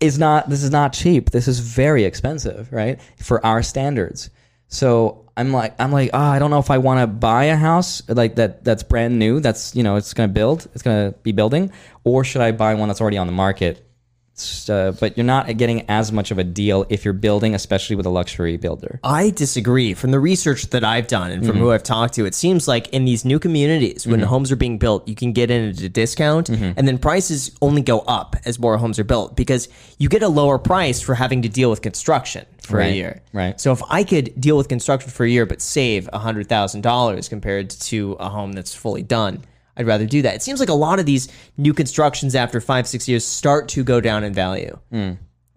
Speaker 1: is not this is not cheap. This is very expensive, right? For our standards. So I'm like I'm like, ah, I don't know if I want to buy a house like that that's brand new, that's, you know, it's going to build, it's going to be building, or should I buy one that's already on the market? It's, uh, but you're not getting as much of a deal if you're building, especially with a luxury builder.
Speaker 2: I disagree. From the research that I've done and from
Speaker 1: Mm-hmm.
Speaker 2: who I've talked to, it seems like in these new communities, when homes are being built, you can get in at a discount,
Speaker 1: Mm-hmm.
Speaker 2: and then prices only go up as more homes are built because you get a lower price for having to deal with construction for a
Speaker 1: Right,
Speaker 2: year.
Speaker 1: right.
Speaker 2: So if I could deal with construction for a year but save hundred thousand dollars compared to a home that's fully done. I'd rather do that. It seems like a lot of these new constructions after five, six years start to go down in value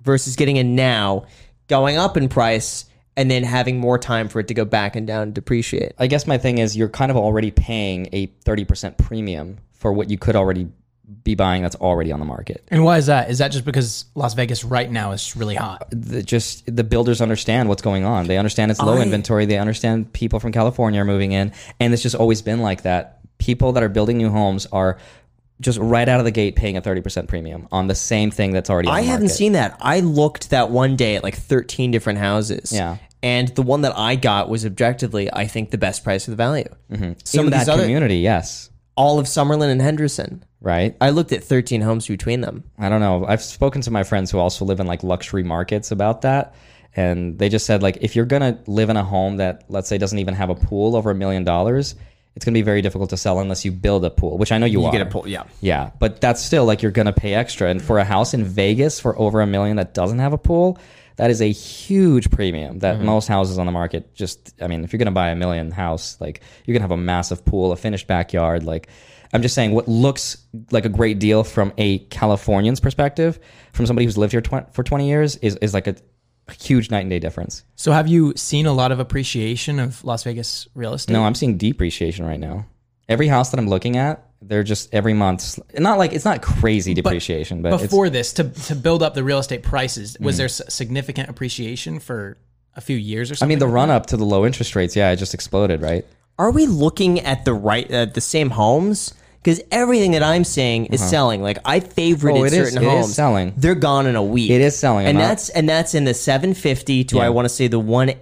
Speaker 2: versus getting in now, going up in price, and then having more time for it to go back and down and depreciate.
Speaker 1: I guess my thing is you're kind of already paying a 30% premium for what you could already be buying that's already on the market.
Speaker 3: And why is that? Is that just because Las Vegas right now is really hot?
Speaker 1: the, just the builders understand what's going on. They understand it's low inventory. They understand people from California are moving in, and it's just always been like that. People that are building new homes are just right out of the gate paying a thirty percent premium on the same thing that's already. On
Speaker 2: I
Speaker 1: the
Speaker 2: haven't
Speaker 1: market.
Speaker 2: seen that. I looked that one day at like 13 different houses.
Speaker 1: Yeah.
Speaker 2: And the one that I got was objectively, I think, the best price for the value. Mm-hmm.
Speaker 1: in
Speaker 2: Some of these
Speaker 1: that
Speaker 2: other,
Speaker 1: community. Yes,
Speaker 2: all of Summerlin and Henderson.
Speaker 1: right.
Speaker 2: I looked at 13 homes between them.
Speaker 1: I don't know. I've spoken to my friends who also live in like luxury markets about that. And they just said, like, if you're going to live in a home that, let's say, doesn't even have a pool over a million dollars, it's going to be very difficult to sell unless you build a pool, which I know you, are.
Speaker 2: get a pool, yeah.
Speaker 1: Yeah. But that's still like you're going to pay extra. And for a house in Vegas for over a million that doesn't have a pool, that is a huge premium that most houses on the market just, I mean, if you're going to buy a million house, like, you're going to have a massive pool, a finished backyard. Like, I'm just saying what looks like a great deal from a Californian's perspective, from somebody who's lived here tw- for 20 years, is, is like a, a huge night and day difference.
Speaker 3: So have you seen a lot of appreciation of Las Vegas real estate?
Speaker 1: No, I'm seeing depreciation right now. Every house that I'm looking at, they're just every month, not like it's not crazy depreciation, but, it's, Mm-hmm.
Speaker 3: Before this, to to build up the real estate prices, was there s- significant appreciation for a few years
Speaker 1: I
Speaker 3: or something?
Speaker 1: mean, the run up to the low interest rates, yeah, it just exploded, right?
Speaker 2: Are we looking at the right, at the same homes? Because everything that I'm saying is selling. Like I favorited
Speaker 1: Uh-huh. Oh, it is-
Speaker 2: certain
Speaker 1: it is
Speaker 2: homes.
Speaker 1: selling.
Speaker 2: They're gone in a week.
Speaker 1: It is selling, I'm
Speaker 2: and
Speaker 1: not-
Speaker 2: that's and that's in the 750 to I want to say the one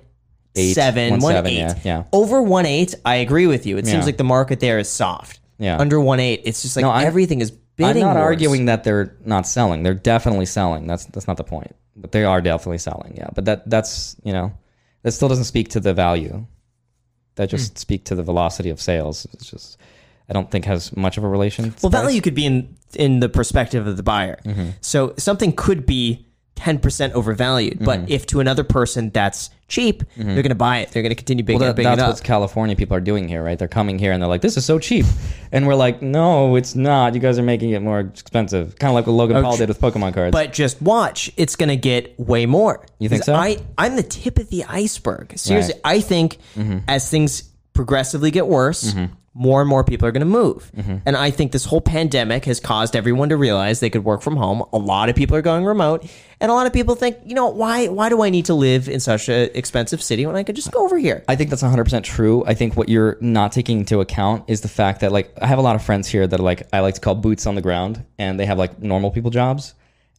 Speaker 1: Eight,
Speaker 2: seven,
Speaker 1: one
Speaker 2: one
Speaker 1: seven,
Speaker 2: eight.
Speaker 1: yeah, yeah.
Speaker 2: Over one eight, I agree with you. It seems
Speaker 1: Yeah.
Speaker 2: like the market there is soft.
Speaker 1: Yeah.
Speaker 2: Under one eight, it's just like
Speaker 1: I-
Speaker 2: everything is bidding.
Speaker 1: I'm not
Speaker 2: wars.
Speaker 1: arguing that they're not selling. They're definitely selling. That's that's not the point. But they are definitely selling, yeah. But that that's you know, that still doesn't speak to the value. That
Speaker 2: Hmm.
Speaker 1: just speak to the velocity of sales. It's just I don't think has much of a relation.
Speaker 2: Well, value could be in in the perspective of the buyer.
Speaker 1: Mm-hmm.
Speaker 2: So something could be ten percent overvalued,
Speaker 1: Mm-hmm.
Speaker 2: but if to another person that's cheap, they're going to buy it. They're going to continue bigging,
Speaker 1: Well, that,
Speaker 2: it, bigging it
Speaker 1: that's
Speaker 2: up.
Speaker 1: what California people are doing here, right? They're coming here and they're like, "This is so cheap," and we're like, "No, it's not. You guys are making it more expensive." Kind of like what Logan Paul did with Pokemon cards.
Speaker 2: But just watch, it's going to get way more. You
Speaker 1: think so?
Speaker 2: I, I'm the tip of the iceberg. Seriously, I think as things progressively get worse, more and more people are going to move. And I think this whole pandemic has caused everyone to realize they could work from home. A lot of people are going remote, and a lot of people think, you know, why why do I need to live in such an expensive city when I could just go over here?
Speaker 1: I think that's 100% true. I think what you're not taking into account is the fact that, like, I have a lot of friends here that are like, I like to call boots on the ground and they have like normal people jobs.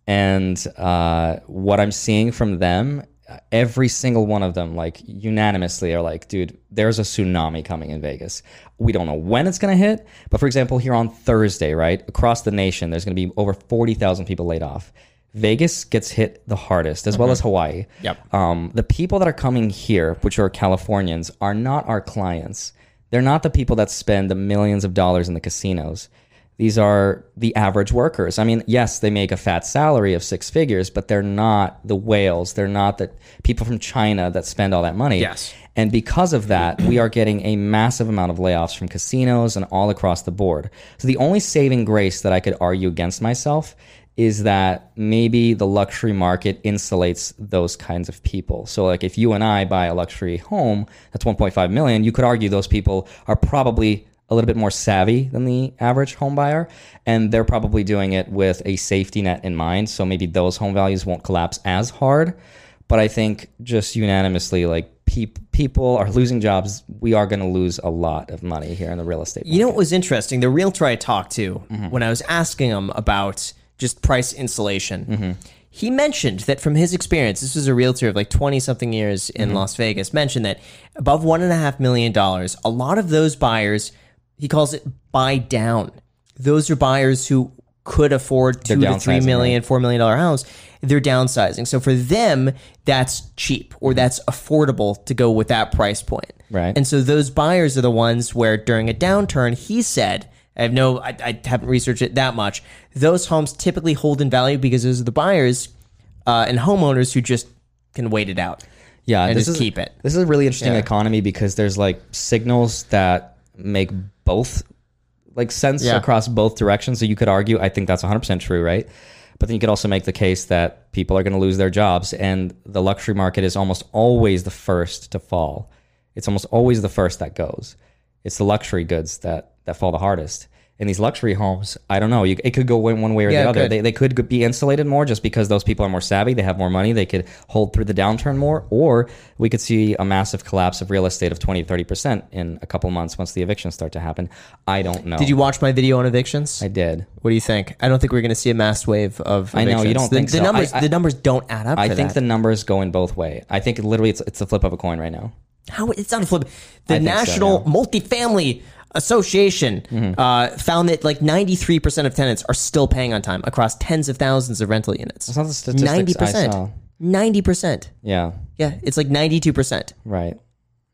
Speaker 1: And uh, what I'm seeing from them, every single one of them, like, unanimously are like, dude, there's a tsunami coming in Vegas. We don't know when it's going to hit. But for example, here on Thursday, right, across the nation, there's going to be over 40,000 people laid off. Vegas gets hit the hardest, as well as Hawaii.
Speaker 2: Mm-hmm. Yep.
Speaker 1: Um, the people that are coming here, which are Californians, are not our clients. They're not the people that spend the millions of dollars in the casinos. These are the average workers. I mean, yes, they make a fat salary of six figures, but they're not the whales. They're not the people from China that spend all that money.
Speaker 2: Yes.
Speaker 1: And because of that, we are getting a massive amount of layoffs from casinos and all across the board. So the only saving grace that I could argue against myself is that maybe the luxury market insulates those kinds of people. So like if you and I buy a luxury home, that's 1.5 million, you could argue those people are probably a little bit more savvy than the average home buyer and they're probably doing it with a safety net in mind, so maybe those home values won't collapse as hard. But I think just unanimously like peop- people are losing jobs, we are going to lose a lot of money here in the real estate market.
Speaker 2: You know what was interesting? The realtor I talked to when I was asking him about just price insulation, he mentioned that from his experience, this was a realtor of like 20 something years in Las Vegas, mentioned that above $1.5 million, a lot of those buyers, he calls it buy down. Those are buyers who could afford two to three
Speaker 1: downsizing,
Speaker 2: million, four million dollar house. They're downsizing. So for them, that's cheap or that's affordable to go with that price point.
Speaker 1: Right.
Speaker 2: And so those buyers are the ones where during a downturn, he said, I have no, I, I haven't researched it that much. Those homes typically hold in value because those are the buyers uh, and homeowners who just can wait it out.
Speaker 1: yeah,
Speaker 2: and
Speaker 1: this
Speaker 2: just
Speaker 1: is,
Speaker 2: keep it.
Speaker 1: This is a really interesting economy because there's like signals that make both like sense
Speaker 2: Yeah.
Speaker 1: across both directions. So you could argue, I think that's 100% true, right? But then you could also make the case that people are going to lose their jobs, and the luxury market is almost always the first to fall. It's almost always the first that goes. It's the luxury goods that that fall the hardest. And these luxury homes, I don't know. You, it could go one one way or
Speaker 2: Yeah, it
Speaker 1: the other.
Speaker 2: could.
Speaker 1: They, they could be insulated more just because those people are more savvy. They have more money. They could hold through the downturn more. Or we could see a massive collapse of real estate of 20 30% in a couple months once the evictions start to happen. I don't know.
Speaker 2: Did you watch my video on evictions?
Speaker 1: I did.
Speaker 2: what do you think? I don't think we're going to see a mass wave of.
Speaker 1: I know, you
Speaker 2: evictions.
Speaker 1: don't
Speaker 2: the,
Speaker 1: think
Speaker 2: the
Speaker 1: so.
Speaker 2: numbers.
Speaker 1: I- I-
Speaker 2: the numbers don't add up.
Speaker 1: I
Speaker 2: for
Speaker 1: think
Speaker 2: that.
Speaker 1: the numbers go in both way. I think literally it's it's the flip of a coin right now.
Speaker 2: How it's not a flip. The
Speaker 1: think so,
Speaker 2: National
Speaker 1: yeah. Mm-hmm.
Speaker 2: Multifamily Association uh, found that like 93% of tenants are still paying on time across tens of thousands of rental units.
Speaker 1: not the statistics I
Speaker 2: 90%.
Speaker 1: saw.
Speaker 2: 90%.
Speaker 1: Yeah.
Speaker 2: Yeah, it's like 92%.
Speaker 1: Right.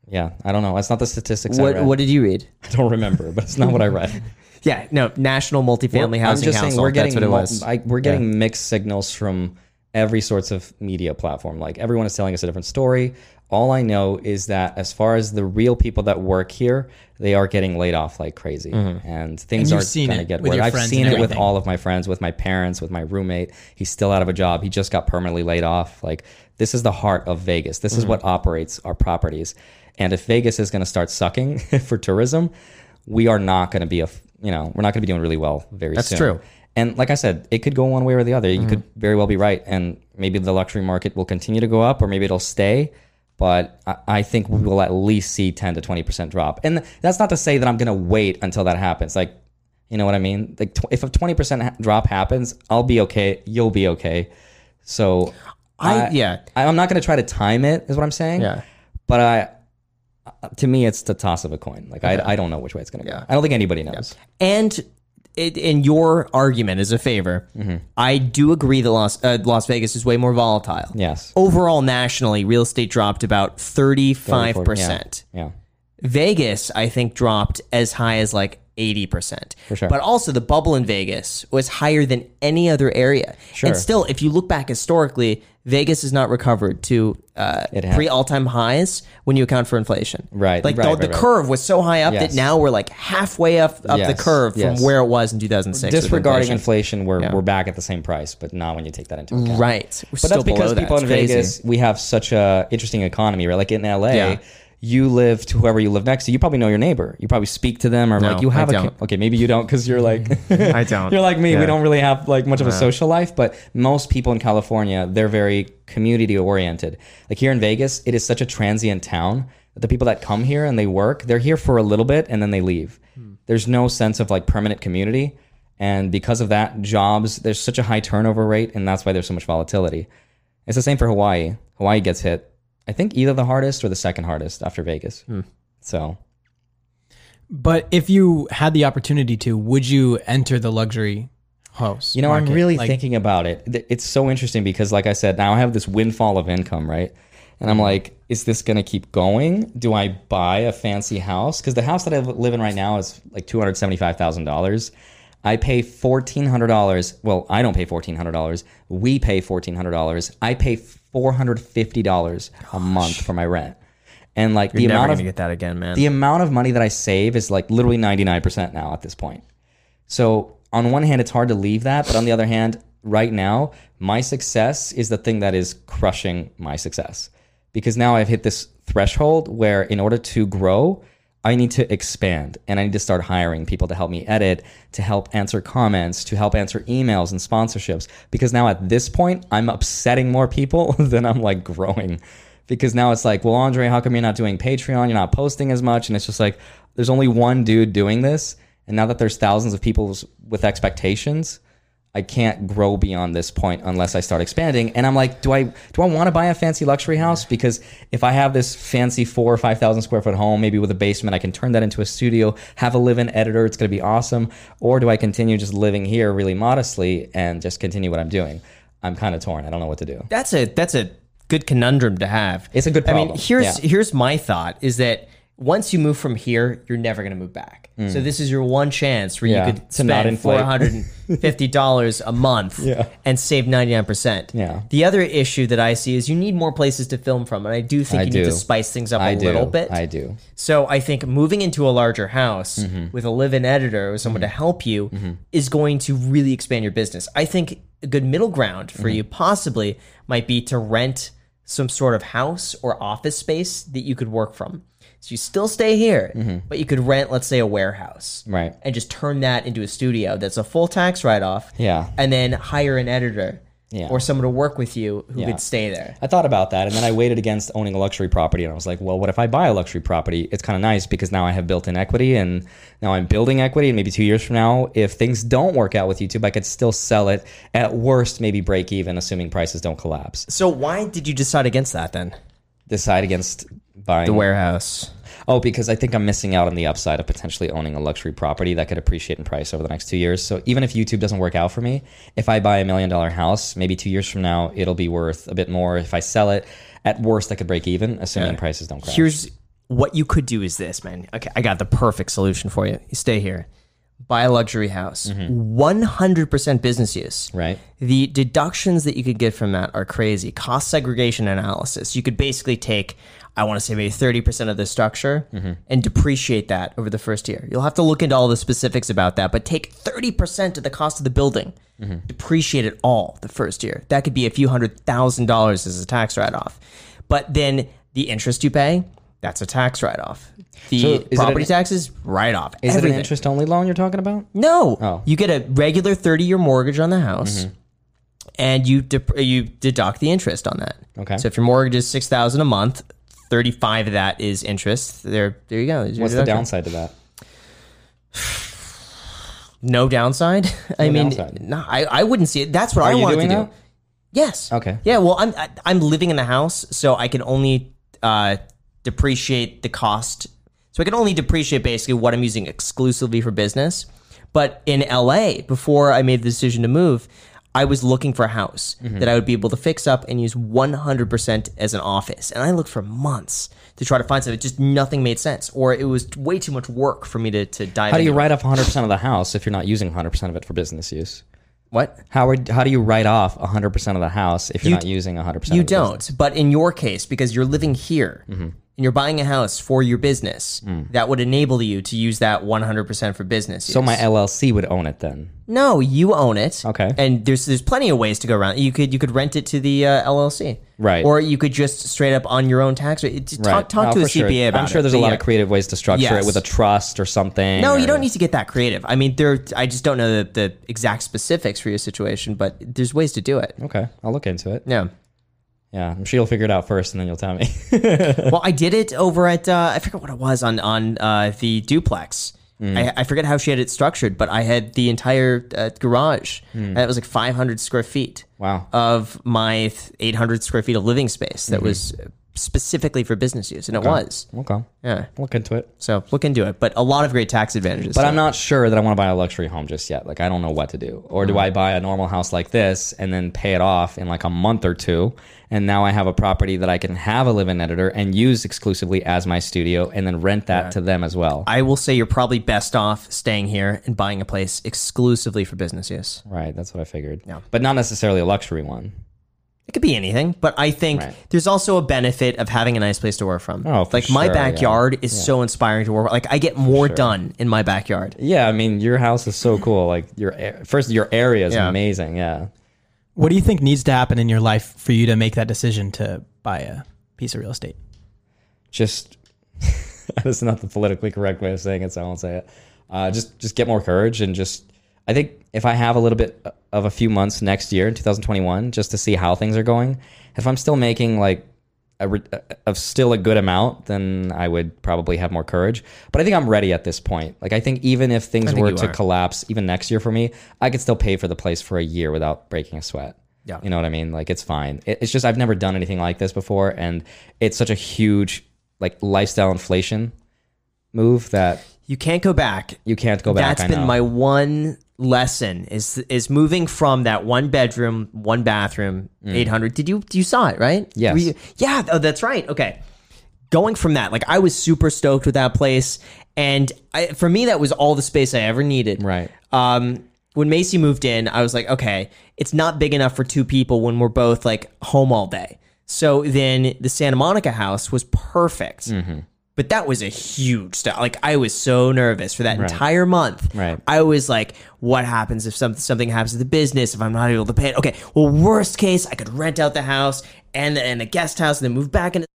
Speaker 1: Yeah. I don't know. That's not the statistics I
Speaker 2: What
Speaker 1: read.
Speaker 2: what did you read?
Speaker 1: I don't remember, but it's not what I read.
Speaker 2: Yeah, no, National Multifamily
Speaker 1: We're-
Speaker 2: Housing Council. That's what it
Speaker 1: mul-
Speaker 2: was.
Speaker 1: I, we're getting mixed signals from every sorts of media platform. Like everyone is telling us a different story. All I know is that as far as the real people that work here, they are getting laid off like crazy,
Speaker 2: Mm-hmm.
Speaker 1: and things
Speaker 3: you've
Speaker 1: are
Speaker 3: seen
Speaker 1: going to
Speaker 3: it
Speaker 1: get
Speaker 3: with
Speaker 1: worse.
Speaker 3: your
Speaker 1: I've
Speaker 3: friends
Speaker 1: seen
Speaker 3: and
Speaker 1: it with
Speaker 3: everything.
Speaker 1: all of my friends, with my parents, with my roommate. He's still out of a job. He just got permanently laid off. Like this is the heart of Vegas. This is
Speaker 3: Mm.
Speaker 1: what operates our properties. And if Vegas is going to start sucking for tourism, we are not going to be a f- you know we're not going to be doing really well very
Speaker 2: That's
Speaker 1: soon.
Speaker 2: true.
Speaker 1: And like I said, it could go one way or the other.
Speaker 3: Mm-hmm.
Speaker 1: You could very well be right, and maybe the luxury market will continue to go up, or maybe it'll stay. But I, I think we will at least see ten to twenty percent drop. And that's not to say that I'm going to wait until that happens. Like, you know what I mean? Like, tw- if a twenty percent ha- drop happens, I'll be okay. You'll be okay. So
Speaker 2: I, yeah,
Speaker 1: I, I'm not going to try to time it. Is what I'm saying.
Speaker 2: Yeah.
Speaker 1: But I. uh, To me, it's the toss of a coin. Like I, I don't know which way it's going to go. I don't think anybody knows.
Speaker 2: and it, in your argument as a favor,
Speaker 1: Mm-hmm.
Speaker 2: I do agree that Las uh, Las Vegas is way more volatile.
Speaker 1: Yes.
Speaker 2: Overall, nationally, real estate dropped about thirty five percent.
Speaker 1: Yeah.
Speaker 2: Vegas, I think, dropped as high as like 80%. For
Speaker 1: sure.
Speaker 2: But also, the bubble in Vegas was higher than any other area.
Speaker 1: Sure.
Speaker 2: And still, if you look back historically, Vegas has not recovered to uh,
Speaker 1: has.
Speaker 2: pre all time highs when you account for inflation.
Speaker 1: Right,
Speaker 2: Like
Speaker 1: right,
Speaker 2: the,
Speaker 1: right,
Speaker 2: the
Speaker 1: right.
Speaker 2: curve was so high up
Speaker 1: Yes.
Speaker 2: that now we're like halfway up, up
Speaker 1: Yes,
Speaker 2: the curve from
Speaker 1: yes.
Speaker 2: where it was in 2006. with
Speaker 1: disregarding
Speaker 2: inflation.
Speaker 1: inflation, we're we're back at the same price, but not when you take that into account.
Speaker 2: Right. We're
Speaker 1: But
Speaker 2: Mm. still
Speaker 1: that's because
Speaker 2: below that.
Speaker 1: people
Speaker 2: It's
Speaker 1: in
Speaker 2: crazy.
Speaker 1: Vegas, we have such a interesting economy, right? Like in LA,
Speaker 2: Yeah.
Speaker 1: you live to whoever you live next to. You probably know your neighbor. You probably speak to them, or like you
Speaker 2: I
Speaker 1: have a
Speaker 2: don't.
Speaker 1: okay. Maybe you don't because you're like
Speaker 2: I don't.
Speaker 1: you're like me. We don't really have like much of a social life. But most people in California, they're very community oriented. Like here in Vegas, it is such a transient town. that The people that come here and they work, they're here for a little bit and then they leave.
Speaker 2: Hmm.
Speaker 1: There's no sense of like permanent community. And because of that, jobs, there's such a high turnover rate, and that's why there's so much volatility. It's the same for Hawaii. Hawaii gets hit, I think, either the hardest or the second hardest after Vegas.
Speaker 2: Hmm.
Speaker 1: So
Speaker 3: But if you had the opportunity to, would you enter the luxury house?
Speaker 1: You know, I'm
Speaker 3: market?
Speaker 1: really
Speaker 3: Like,
Speaker 1: thinking about it. Th- It's so interesting because, like I said, now I have this windfall of income, right? And I'm like, is this going to keep going? Do I buy a fancy house? Because the house that I li- live in right now is like $275,000. I pay $1,400. Well, I don't pay $1,400. We pay $1,400. I pay $450 a month for my rent. And like the
Speaker 2: Never
Speaker 1: amount
Speaker 2: going
Speaker 1: of
Speaker 2: to get that again, man.
Speaker 1: the amount of money that I save is like literally 99% now at this point. So on one hand, it's hard to leave that, but on the other hand, right now, my success is the thing that is crushing my success. Because now I've hit this threshold where, in order to grow, I need to expand and I need to start hiring people to help me edit, to help answer comments, to help answer emails and sponsorships. Because now at this point, I'm upsetting more people than I'm like growing. Because now it's like, well, Andre, how come you're not doing Patreon? You're not posting as much. And it's just like, there's only one dude doing this. And now that there's thousands of people with expectations, I can't grow beyond this point unless I start expanding. And I'm like, do I do I want to buy a fancy luxury house? Because if I have this fancy four or five thousand square foot home, maybe with a basement, I can turn that into a studio, have a live-in editor. It's going to be awesome. Or do I continue just living here really modestly and just continue what I'm doing? I'm kind of torn. I don't know what to do.
Speaker 2: That's a that's a good conundrum to have.
Speaker 1: It's a good
Speaker 2: I
Speaker 1: problem.
Speaker 2: mean, here's
Speaker 1: Yeah.
Speaker 2: here's my thought is that once you move from here, you're never going to move back. So this is your one chance where
Speaker 1: Mm. Yeah,
Speaker 2: you could
Speaker 1: to not
Speaker 2: spend
Speaker 1: inflate.
Speaker 2: four hundred and fifty dollars a month and save ninety nine percent.
Speaker 1: Yeah.
Speaker 2: The other issue that I see is you need more places to film from, and I do think
Speaker 1: I
Speaker 2: you need
Speaker 1: do.
Speaker 2: to spice things up a
Speaker 1: I do.
Speaker 2: little bit.
Speaker 1: I do.
Speaker 2: So I think moving into a larger house
Speaker 1: Mm-hmm.
Speaker 2: with a live-in editor or someone to help you is going to really expand your business. I think a good middle ground for
Speaker 1: Mm-hmm.
Speaker 2: you possibly might be to rent some sort of house or office space that you could work from. So you still stay here, but you could rent, let's say, a warehouse,
Speaker 1: Mm-hmm. Right.
Speaker 2: And just turn that into a studio. That's a full tax write-off,
Speaker 1: Yeah.
Speaker 2: And then hire an editor,
Speaker 1: Yeah.
Speaker 2: or someone to work with you who
Speaker 1: Yeah.
Speaker 2: could stay there.
Speaker 1: I thought about that, and then I weighed it against owning a luxury property, and I was like, well, what if I buy a luxury property? It's kind of nice because now I have built-in equity, and now I'm building equity. And maybe two years from now, if things don't work out with YouTube, I could still sell it at worst, maybe break even, assuming prices don't collapse.
Speaker 2: So why did you decide against that then?
Speaker 1: Decide against buying.
Speaker 2: Warehouse.
Speaker 1: Oh, because I think I'm missing out on the upside of potentially owning a luxury property that could appreciate in price over the next two years. So even if YouTube doesn't work out for me, if I buy a million dollar house, maybe two years from now, it'll be worth a bit more. If I sell it, at worst, I could break even, assuming prices don't crash.
Speaker 2: Here's what you could do is this, man. Okay, I got the perfect solution for you. You stay here. Buy a luxury house. 100% business use.
Speaker 1: right?
Speaker 2: The deductions that you could get from that are crazy. Cost segregation analysis. You could basically take, I want to say maybe 30% of the structure
Speaker 1: Mm-hmm.
Speaker 2: and depreciate that over the first year. You'll have to look into all the specifics about that, but take 30% of the cost of the building,
Speaker 1: Mm-hmm.
Speaker 2: depreciate it all the first year. That could be a few hundred thousand dollars as a tax write off. But then the interest you pay, that's a tax write off. The
Speaker 1: So is it
Speaker 2: property
Speaker 1: an-
Speaker 2: taxes, write off.
Speaker 1: Is it an
Speaker 2: Everything.
Speaker 1: interest only loan you're talking about?
Speaker 2: No.
Speaker 1: Oh. Mm-hmm.
Speaker 2: You get a regular 30 year mortgage on the house and you dep you deduct the interest on that.
Speaker 1: Okay.
Speaker 2: So if your mortgage is 6000 a month, 35 of that is interest. There there you go. There's your
Speaker 1: What's the
Speaker 2: deduction.
Speaker 1: downside to that?
Speaker 2: No downside. I
Speaker 1: No
Speaker 2: mean,
Speaker 1: downside.
Speaker 2: no, I, I wouldn't see it. That's what I
Speaker 1: Are you
Speaker 2: wanted
Speaker 1: doing
Speaker 2: to do.
Speaker 1: that?
Speaker 2: Yes.
Speaker 1: Okay.
Speaker 2: Yeah, well, I'm I- I'm living in the house, so I can only uh, depreciate the cost. So I can only depreciate basically what I'm using exclusively for business. But in LA, before I made the decision to move, I was looking for a house
Speaker 1: Mm-hmm.
Speaker 2: that I would be able to fix up and use 100% as an office. And I looked for months to try to find something. Just nothing made sense, or it was way too much work for me to, to dive
Speaker 1: How do you
Speaker 2: into.
Speaker 1: write off 100% of the house if you're not using 100% of it for business use?
Speaker 2: What?
Speaker 1: How, are, how do you write off 100% of the house if you're not using 100%?
Speaker 2: You
Speaker 1: of the business?
Speaker 2: don't, but in your case, because you're living here
Speaker 1: Mm-hmm.
Speaker 2: and you're buying a house for your business, that would enable you to use that 100% for business.
Speaker 1: Mm. So my LLC would own it then.
Speaker 2: no, you own it.
Speaker 1: Okay.
Speaker 2: and there's there's plenty of ways to go around. You could you could rent it to the uh, LLC,
Speaker 1: Right.
Speaker 2: Or you could just straight up on your own tax rate. It's- Talk,
Speaker 1: Right.
Speaker 2: talk
Speaker 1: No,
Speaker 2: to a
Speaker 1: for sure.
Speaker 2: CPA about it.
Speaker 1: I'm sure there's a
Speaker 2: but
Speaker 1: lot
Speaker 2: yeah.
Speaker 1: of creative ways to structure
Speaker 2: Yes.
Speaker 1: it with a trust or something.
Speaker 2: No,
Speaker 1: or-
Speaker 2: you don't need to get that creative. I mean, there. I just don't know the, the exact specifics for your situation, but there's ways to do it.
Speaker 1: Okay, I'll look into it.
Speaker 2: Yeah.
Speaker 1: Yeah, I'm sure you'll figure it out first, and then you'll tell me.
Speaker 2: Well, I did it over at uh, I forget what it was on on uh, the duplex.
Speaker 1: Hmm.
Speaker 2: I, I forget how she had it structured, but I had the entire uh, garage, and it was like 500 square feet
Speaker 1: Hmm. wow.
Speaker 2: of my th- 800 square feet of living space that was specifically for business use, and it was.
Speaker 1: Hmm. Okay, I'll
Speaker 2: Yeah,
Speaker 1: look into it.
Speaker 2: so look into it, but a lot of great tax advantages.
Speaker 1: But I'm not sure that I want to buy a luxury home just yet. Like I don't know what to do. Or
Speaker 2: Mm-hmm.
Speaker 1: do I buy a normal house like this and then pay it off in like a month or two and now I have a property that I can have a live-in editor and use exclusively as my studio and then rent that to them as well.
Speaker 2: I will say you're probably best off staying here and buying a place exclusively for business use.
Speaker 1: right, that's what I figured.
Speaker 2: Yeah.
Speaker 1: But not necessarily a luxury one.
Speaker 2: It could be anything, but I think
Speaker 1: Right.
Speaker 2: there's also a benefit of having a nice place to work from.
Speaker 1: Oh, for
Speaker 2: like my
Speaker 1: sure, yeah.
Speaker 2: backyard is so inspiring to work. Like I get more done in my backyard.
Speaker 1: Yeah, I mean your house is so cool. Like your a- first your area is
Speaker 2: Yeah.
Speaker 1: amazing. Yeah.
Speaker 3: What do you think needs to happen in your life for you to make that decision to buy a piece of real estate?
Speaker 1: just that's not the politically correct way of saying it, so I won't say it. Uh, just just get more courage and just I think if I have a little bit of a few months next year in 2021 just to see how things are going, if I'm still making like a, re- of still a good amount, then I would probably have more courage. But I think I'm ready at this point. Like I think even if things
Speaker 4: think
Speaker 1: were
Speaker 4: you
Speaker 1: to
Speaker 4: are.
Speaker 1: collapse even next year for me, I could still pay for the place for a year without breaking a sweat.
Speaker 4: Yeah.
Speaker 1: You know what I mean? Like it's fine. It, it's just I've never done anything like this before, and it's such a huge like lifestyle inflation move that
Speaker 2: You can't go back.
Speaker 1: you can't go back.
Speaker 2: That's
Speaker 1: I
Speaker 2: been
Speaker 1: know.
Speaker 2: my one lesson is is moving from that one bedroom, one bathroom, eight hundred. Did you you saw it right?
Speaker 1: Mm. Yes.
Speaker 2: Were you- yeah. Oh, that's right. Okay. Going from that, like I was super stoked with that place, and I, for me that was all the space I ever needed.
Speaker 1: right.
Speaker 2: Um, when Macy moved in, I was like, okay, it's not big enough for two people when we're both like home all day. So then the Santa Monica house was perfect.
Speaker 1: Mm-hmm.
Speaker 2: But that was a huge step. Like I was so nervous for that entire month.
Speaker 1: Right.
Speaker 2: I was like, what happens if something something happens to the business if I'm not able to pay it? Okay, well, worst case, I could rent out the house and and the guest house and then move back into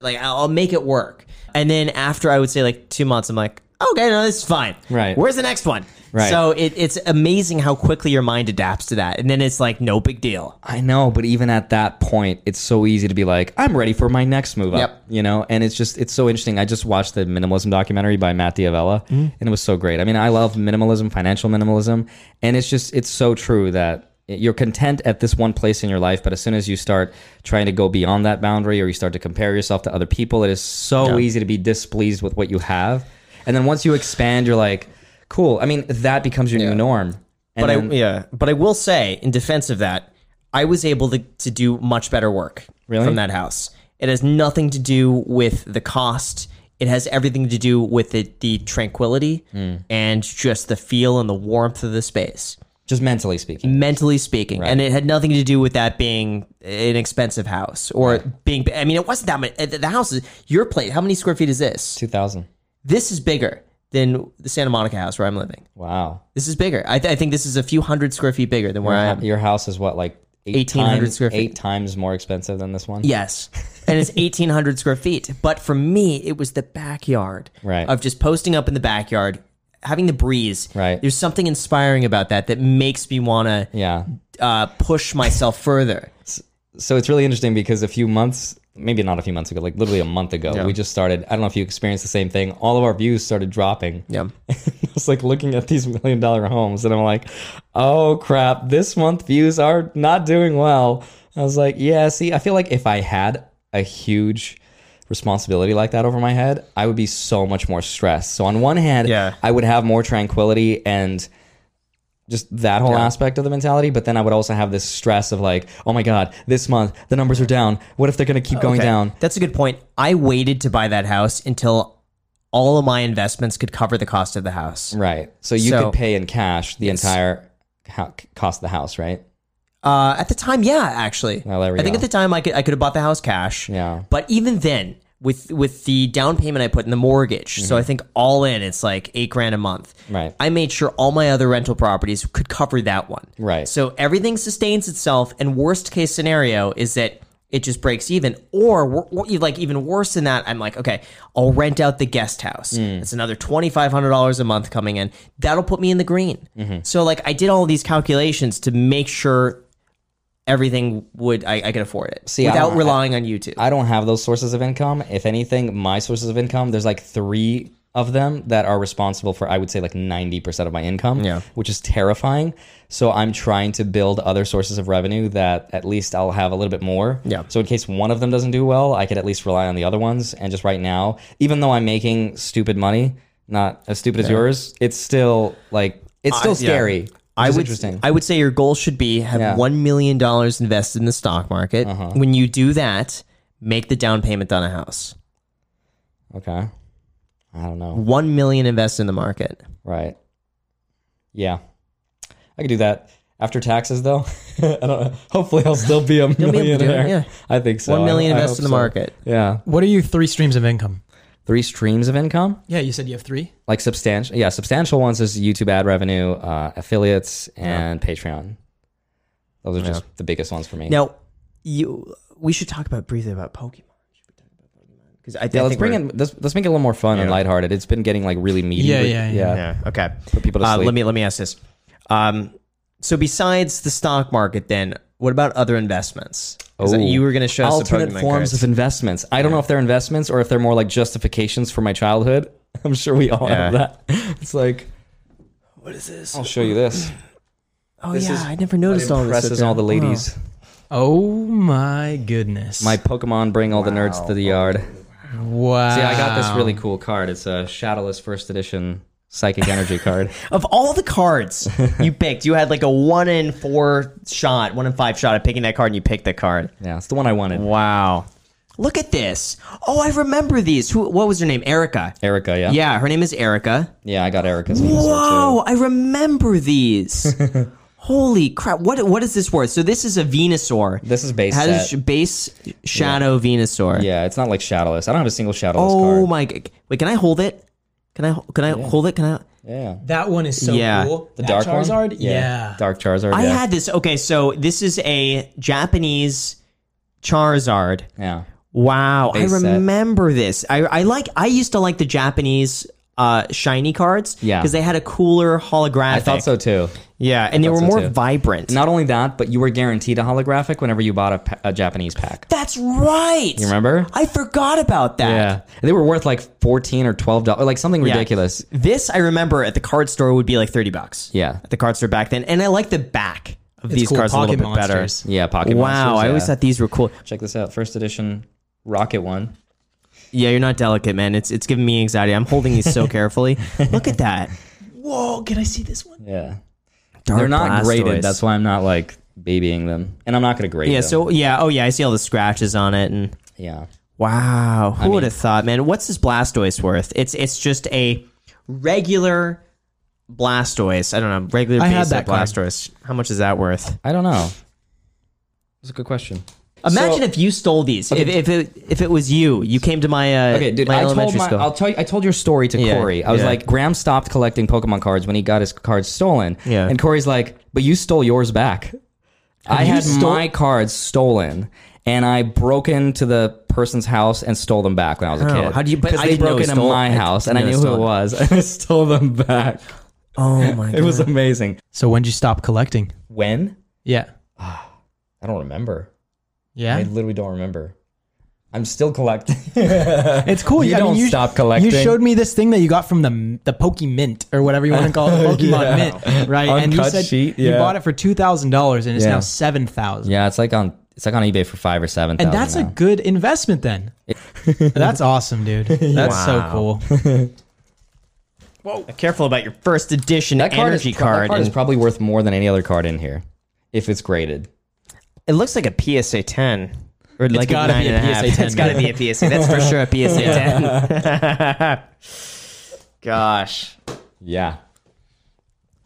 Speaker 2: like I'll I'll make it work. And then after I would say like two months, I'm like, okay, no, this is fine.
Speaker 1: Right.
Speaker 2: Where's the next one?
Speaker 1: Right.
Speaker 2: So it, it's amazing how quickly your mind adapts to that, and then it's like no big deal.
Speaker 1: I know, but even at that point, it's so easy to be like, I'm ready for my next move up,
Speaker 2: Yep.
Speaker 1: you know? And it's just, it's so interesting. I just watched the minimalism documentary by Matt Diavella,
Speaker 2: Mm-hmm.
Speaker 1: and it was so great. I mean, I love minimalism, financial minimalism, and it's just, it's so true that you're content at this one place in your life, but as soon as you start trying to go beyond that boundary or you start to compare yourself to other people, it is so easy to be displeased with what you have. And then once you expand, you're like, cool. I mean, that becomes your new norm. And
Speaker 2: But I
Speaker 1: then-
Speaker 2: yeah. But I will say, in defense of that, I was able to, to do much better work
Speaker 1: Really?
Speaker 2: from that house. It has nothing to do with the cost. It has everything to do with the, the tranquility
Speaker 1: Hmm.
Speaker 2: and just the feel and the warmth of the space.
Speaker 1: just mentally speaking.
Speaker 2: mentally speaking and it had nothing to do with that being an expensive house or being i mean it wasn't that much the the house is your place how many square feet is this
Speaker 1: 2000.
Speaker 2: this is bigger than the santa monica house where i'm living
Speaker 1: Wow.
Speaker 2: this is bigger i, th- I think this is a few hundred square feet bigger than where i am
Speaker 1: Your house is what, like eight
Speaker 2: 1,800
Speaker 1: times,
Speaker 2: Um, square feet.
Speaker 1: Eight times more expensive than this one.
Speaker 2: yes and it's 1800 square feet but for me it was the backyard
Speaker 1: Right.
Speaker 2: of just posting up in the backyard having the breeze
Speaker 1: Right.
Speaker 2: there's something inspiring about that that makes me want to
Speaker 1: Yeah.
Speaker 2: uh, push myself further
Speaker 1: So it's really interesting because a few months, maybe not a few months ago, like literally a month ago, we just started. I don't know if you experienced the same thing. All of our views started dropping.
Speaker 2: yeah
Speaker 1: I was like looking at these million dollar homes and I'm like, oh crap, this month views are not doing well. I was like, yeah, see, I feel like if I had a huge responsibility like that over my head, I would be so much more stressed. So on one hand,
Speaker 2: Yeah.
Speaker 1: I would have more tranquility and just that whole aspect of the mentality, but then I would also have this stress of like, oh my god, this month the numbers are down. What if they're going to keep going
Speaker 2: Okay.
Speaker 1: down?
Speaker 2: That's a good point. I waited to buy that house until all of my investments could cover the cost of the house.
Speaker 1: Right. So you
Speaker 2: So-
Speaker 1: could pay in cash the entire ho- cost of the house, right?
Speaker 2: Uh, at the time, yeah, actually.
Speaker 1: Well, Oh, there we
Speaker 2: I think
Speaker 1: go.
Speaker 2: at the time I could I could have bought the house cash.
Speaker 1: Yeah.
Speaker 2: But even then, with with the down payment I put in the mortgage, so
Speaker 1: Mm-hmm.
Speaker 2: I think all in it's like eight grand a month.
Speaker 1: Right.
Speaker 2: I made sure all my other rental properties could cover that one.
Speaker 1: Right.
Speaker 2: So everything sustains itself, and worst case scenario is that it just breaks even, or wor- wor- e, like even worse than that, I'm like, okay, I'll rent out the guest house.
Speaker 1: Hmm.
Speaker 2: It's another twenty five hundred dollars a month coming in. That'll put me in the green.
Speaker 1: Mm-hmm.
Speaker 2: So like I did all these calculations to make sure everything would I, I could afford it
Speaker 1: See, I
Speaker 2: without
Speaker 1: don't-
Speaker 2: relying on YouTube.
Speaker 1: I don't have those sources of income. If anything, my sources of income, there's like three of them that are responsible for, I would say, like 90% of my income,
Speaker 2: Yeah.
Speaker 1: which is terrifying. So I'm trying to build other sources of revenue that at least I'll have a little bit more.
Speaker 2: Yeah.
Speaker 1: So in case one of them doesn't do well, I could at least rely on the other ones. And just right now, even though I'm making stupid money, not as stupid as yours, it's still like, it's still
Speaker 2: yeah.
Speaker 1: scary.
Speaker 2: I
Speaker 1: I
Speaker 2: would,
Speaker 1: interesting.
Speaker 2: I would say your goal should be have
Speaker 1: Yeah. Uh-huh.
Speaker 2: one million dollars invested in the stock market. When you do that, make the down payment on a house.
Speaker 1: okay. I don't know.
Speaker 2: One million invested in the market.
Speaker 1: Right. Yeah. I could do that. After taxes, though, I don't know. Hopefully, I'll still be a
Speaker 2: able to do it,
Speaker 1: millionaire.
Speaker 2: yeah.
Speaker 1: I think so.
Speaker 2: One million
Speaker 1: I- I
Speaker 2: invested in
Speaker 1: hope
Speaker 2: the
Speaker 1: so.
Speaker 2: market.
Speaker 1: Yeah.
Speaker 3: What are your three streams of income?
Speaker 1: Three streams of income,
Speaker 3: Yeah, you said you have three.
Speaker 1: like substantial. Yeah, substantial ones is YouTube ad revenue, uh, affiliates, and Patreon. Those are just the biggest ones for me.
Speaker 2: Now, you we should talk about briefly about Pokemon. Because I, th-
Speaker 1: yeah,
Speaker 2: I
Speaker 1: let's
Speaker 2: think
Speaker 1: bring
Speaker 2: we're-
Speaker 1: in let's, let's make it a little more fun and lighthearted. It's been getting like really meaty.
Speaker 3: Yeah, yeah, yeah.
Speaker 2: Yeah. Okay.
Speaker 1: Put people to
Speaker 2: uh,
Speaker 1: sleep.
Speaker 2: Let me let me ask this. Um, so besides the stock market, then what about other investments? 'Cause
Speaker 1: Ooh.
Speaker 2: you were going to show us the
Speaker 1: alternate
Speaker 2: Pokemon
Speaker 1: forms
Speaker 2: cards.
Speaker 1: of investments. I don't know if they're investments or if they're more like justifications for my childhood. I'm sure we all have
Speaker 2: Yeah.
Speaker 1: that. It's like
Speaker 2: what is this?
Speaker 1: I'll show you this.
Speaker 2: Oh
Speaker 1: this
Speaker 2: yeah,
Speaker 1: is-
Speaker 2: I never noticed all this. up
Speaker 1: Impresses
Speaker 2: there.
Speaker 1: all the ladies.
Speaker 3: Oh my goodness.
Speaker 1: My Pokemon bring all the nerds to the yard.
Speaker 3: wow.
Speaker 1: See, I got this really cool card. It's a Shadowless First Edition Psychic Energy card.
Speaker 2: Of all the cards you picked, you had like a one in four shot, one in five shot of picking that card, and you picked that card.
Speaker 1: Yeah, it's the one I wanted.
Speaker 2: Wow. Look at this. Oh, I remember these. Who? What was her name? Erica.
Speaker 1: Erica, yeah.
Speaker 2: Yeah, her name is Erica.
Speaker 1: Yeah, I got Erica's one.
Speaker 2: Whoa, I remember these. Holy crap! What what is this worth? So this is a Venusaur.
Speaker 1: This is base
Speaker 2: How does
Speaker 1: set.
Speaker 2: sh- base shadow Venusaur?
Speaker 1: Yeah, it's not like Shadowless. I don't have a single Shadowless
Speaker 2: Oh
Speaker 1: card.
Speaker 2: my! g- Wait, can I hold it? Can I can I hold it? Can I?
Speaker 1: Yeah.
Speaker 3: That one is so
Speaker 2: Yeah.
Speaker 3: cool.
Speaker 1: The
Speaker 3: That
Speaker 1: dark
Speaker 3: Charizard?
Speaker 1: one?
Speaker 3: Yeah.
Speaker 1: Dark Charizard.
Speaker 2: I
Speaker 1: yeah.
Speaker 2: had this. Okay, so this is a Japanese Charizard.
Speaker 1: yeah.
Speaker 2: Wow,
Speaker 1: Base
Speaker 2: I
Speaker 1: set.
Speaker 2: remember this. I, I like. I used to like the Japanese uh, shiny cards.
Speaker 1: Yeah.
Speaker 2: because they had a cooler holographic.
Speaker 1: I thought so too.
Speaker 2: Yeah, and they were
Speaker 1: so,
Speaker 2: more
Speaker 1: too.
Speaker 2: vibrant.
Speaker 1: Not only that, but you were guaranteed a holographic whenever you bought a, pa- a Japanese pack.
Speaker 2: That's right.
Speaker 1: You remember?
Speaker 2: I forgot about that.
Speaker 1: Yeah. And they were worth like 14 or $12, like something
Speaker 2: Yeah.
Speaker 1: ridiculous.
Speaker 2: This I remember at the card store would be like thirty bucks.
Speaker 1: Yeah.
Speaker 2: at the card store back then, and I like the back of
Speaker 3: It's
Speaker 2: these
Speaker 3: cool.
Speaker 2: cards a
Speaker 3: Pocket
Speaker 2: little bit
Speaker 3: Monsters.
Speaker 1: Yeah, Pocket
Speaker 2: better. Wow,
Speaker 1: Monsters,
Speaker 2: I always
Speaker 1: yeah.
Speaker 2: thought these were cool.
Speaker 1: Check this out. First edition Rocket one.
Speaker 2: Yeah, you're not delicate, man. It's it's giving me anxiety. I'm holding these so carefully. Look at that.
Speaker 3: Whoa, can I see this one?
Speaker 1: Yeah.
Speaker 2: Dark
Speaker 1: They're not
Speaker 2: Blastoise.
Speaker 1: graded. That's why I'm not like babying them. And I'm not going to grade
Speaker 2: yeah.
Speaker 1: them.
Speaker 2: So yeah. Oh yeah. I see all the scratches on it, and
Speaker 1: yeah.
Speaker 2: wow, who would have thought, man? What's this Blastoise worth? It's it's just a regular Blastoise. I don't know. Regular
Speaker 3: I had
Speaker 2: base set
Speaker 3: that card.
Speaker 2: Blastoise. How much is that worth?
Speaker 1: I don't know. That's a good question.
Speaker 2: Imagine if you stole these. If, if it if it was you, you came to my uh,
Speaker 1: Okay, dude.
Speaker 2: my
Speaker 1: I told
Speaker 2: elementary
Speaker 1: my,
Speaker 2: school.
Speaker 1: I'll tell you, I told your story to
Speaker 2: Yeah,
Speaker 1: Corey. I was
Speaker 2: yeah.
Speaker 1: like, Graham stopped collecting Pokemon cards when he got his cards stolen.
Speaker 2: Yeah.
Speaker 1: And Corey's like, but you stole yours back. I
Speaker 2: you
Speaker 1: had
Speaker 2: stole-
Speaker 1: my cards stolen, and I broke into the person's house and stole them back when I was a kid.
Speaker 2: how do you- but
Speaker 1: 'Cause
Speaker 2: I
Speaker 1: they
Speaker 2: didn't know
Speaker 1: broke
Speaker 2: it
Speaker 1: into
Speaker 2: stole- I
Speaker 1: my house, and I
Speaker 2: didn't
Speaker 1: knew
Speaker 2: know
Speaker 1: who
Speaker 2: it
Speaker 1: it was, and I stole them back.
Speaker 2: oh my
Speaker 1: It was amazing.
Speaker 3: So when did you stop collecting?
Speaker 1: When?
Speaker 3: Yeah.
Speaker 1: I don't remember. I
Speaker 3: Yeah.
Speaker 1: literally don't remember. I'm still collecting.
Speaker 3: It's cool.
Speaker 1: You
Speaker 3: I mean,
Speaker 1: don't stop collecting.
Speaker 3: You showed me this thing that you got from the the Poke Mint or whatever you want to call it, the Pokemon Mint, right? and you
Speaker 1: Uncut
Speaker 3: said
Speaker 1: sheet,
Speaker 3: you
Speaker 1: yeah.
Speaker 3: bought it for two thousand dollars, and it's
Speaker 1: Yeah.
Speaker 3: now seven thousand.
Speaker 1: yeah, it's like on it's like on eBay for five or seven.
Speaker 3: And that's a good investment then. That's awesome, dude. That's
Speaker 2: Wow.
Speaker 3: so cool.
Speaker 2: Careful about your first edition
Speaker 1: That card
Speaker 2: energy
Speaker 1: is, pro- that
Speaker 2: card.
Speaker 1: card is
Speaker 2: and
Speaker 1: probably worth more than any other card in here, if it's graded.
Speaker 2: it looks like a PSA 10. Or like
Speaker 3: gotta
Speaker 2: nine
Speaker 3: be a
Speaker 2: and half.
Speaker 3: PSA 10,
Speaker 2: It's got to be a PSA. That's for sure a PSA 10. Gosh.
Speaker 1: Yeah.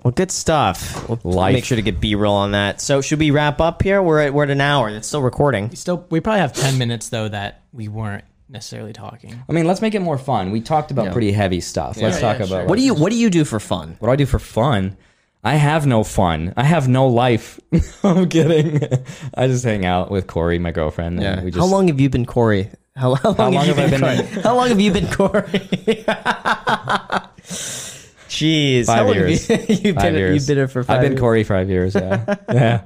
Speaker 2: Well, good stuff. We'll
Speaker 1: Life.
Speaker 2: make sure to get B roll on that. So, should we wrap up here? We're at, we're at an hour and it's still recording.
Speaker 3: Still, we probably have ten minutes though that we weren't necessarily talking.
Speaker 1: I mean, let's make it more fun. We talked about pretty heavy stuff. Let's
Speaker 3: Yeah,
Speaker 1: talk
Speaker 3: yeah,
Speaker 1: about
Speaker 3: sure.
Speaker 1: like,
Speaker 2: What do you What do you do for fun?
Speaker 1: what do I do for fun? I have no fun. I have no life. I'm kidding. I just hang out with Corey, my girlfriend. Yeah. And we just,
Speaker 2: how long have you been Corey? How, how long,
Speaker 1: long
Speaker 2: have,
Speaker 1: have I
Speaker 2: you been
Speaker 1: been-
Speaker 2: Corey? How long have you been Corey? Jeez, how
Speaker 1: Five
Speaker 2: long have
Speaker 1: years.
Speaker 2: you- you've,
Speaker 1: Five
Speaker 2: been,
Speaker 1: years.
Speaker 2: you've been here for five.
Speaker 1: I've been
Speaker 2: years.
Speaker 1: Corey five years. Yeah. yeah.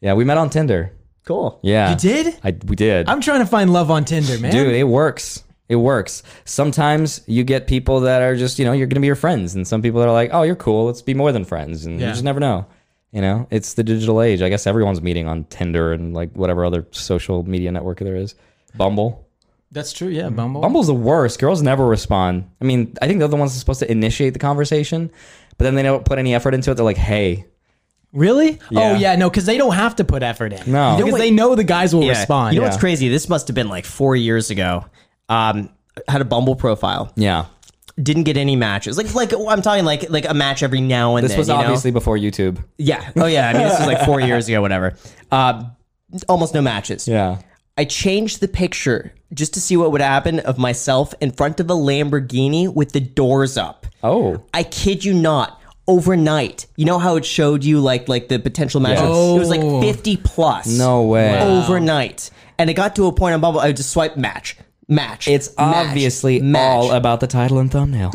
Speaker 1: Yeah. We met on Tinder.
Speaker 2: Cool.
Speaker 1: Yeah.
Speaker 3: You did?
Speaker 1: I, we did.
Speaker 3: I'm trying to find love on Tinder, man.
Speaker 1: Uh, Dude, it works. It works. Sometimes you get people that are just, you know, you're going to be your friends. And some people that are like, oh, you're cool. Let's be more than friends. And
Speaker 3: Yeah.
Speaker 1: you just never know. You know, it's the digital age. I guess everyone's meeting on Tinder and like whatever other social media network there is. Bumble.
Speaker 3: That's true. Yeah, Bumble.
Speaker 1: Bumble's the worst. Girls never respond. I mean, I think they're the ones that's supposed to initiate the conversation, but then they don't put any effort into it. They're like, hey,
Speaker 3: Really?
Speaker 1: Yeah.
Speaker 3: Oh yeah, no, because they don't have to put effort in.
Speaker 1: No. You know
Speaker 3: because
Speaker 2: what-
Speaker 3: they know the guys will
Speaker 2: Yeah.
Speaker 3: respond.
Speaker 2: You know what's crazy? This must have been like four years ago. Um, I had a Bumble profile,
Speaker 1: yeah.
Speaker 2: didn't get any matches. Like, like oh, I'm talking like like a match every now and
Speaker 1: This
Speaker 2: then.
Speaker 1: was
Speaker 2: you know?
Speaker 1: obviously before YouTube.
Speaker 2: yeah. Oh yeah. I mean, this was like four years ago. Whatever. Um, almost no matches.
Speaker 1: Yeah.
Speaker 2: I changed the picture just to see what would happen of myself in front of a Lamborghini with the doors up.
Speaker 1: Oh.
Speaker 2: I kid you not. overnight. You know how it showed you like like the potential matches?
Speaker 3: Yes.
Speaker 2: It was
Speaker 3: Oh.
Speaker 2: like 50 plus.
Speaker 1: No way.
Speaker 3: Wow.
Speaker 2: Overnight. And it got to a point on Bumble, I would just swipe match. Match.
Speaker 1: It's
Speaker 2: match,
Speaker 1: obviously
Speaker 2: match.
Speaker 1: all about the title and thumbnail.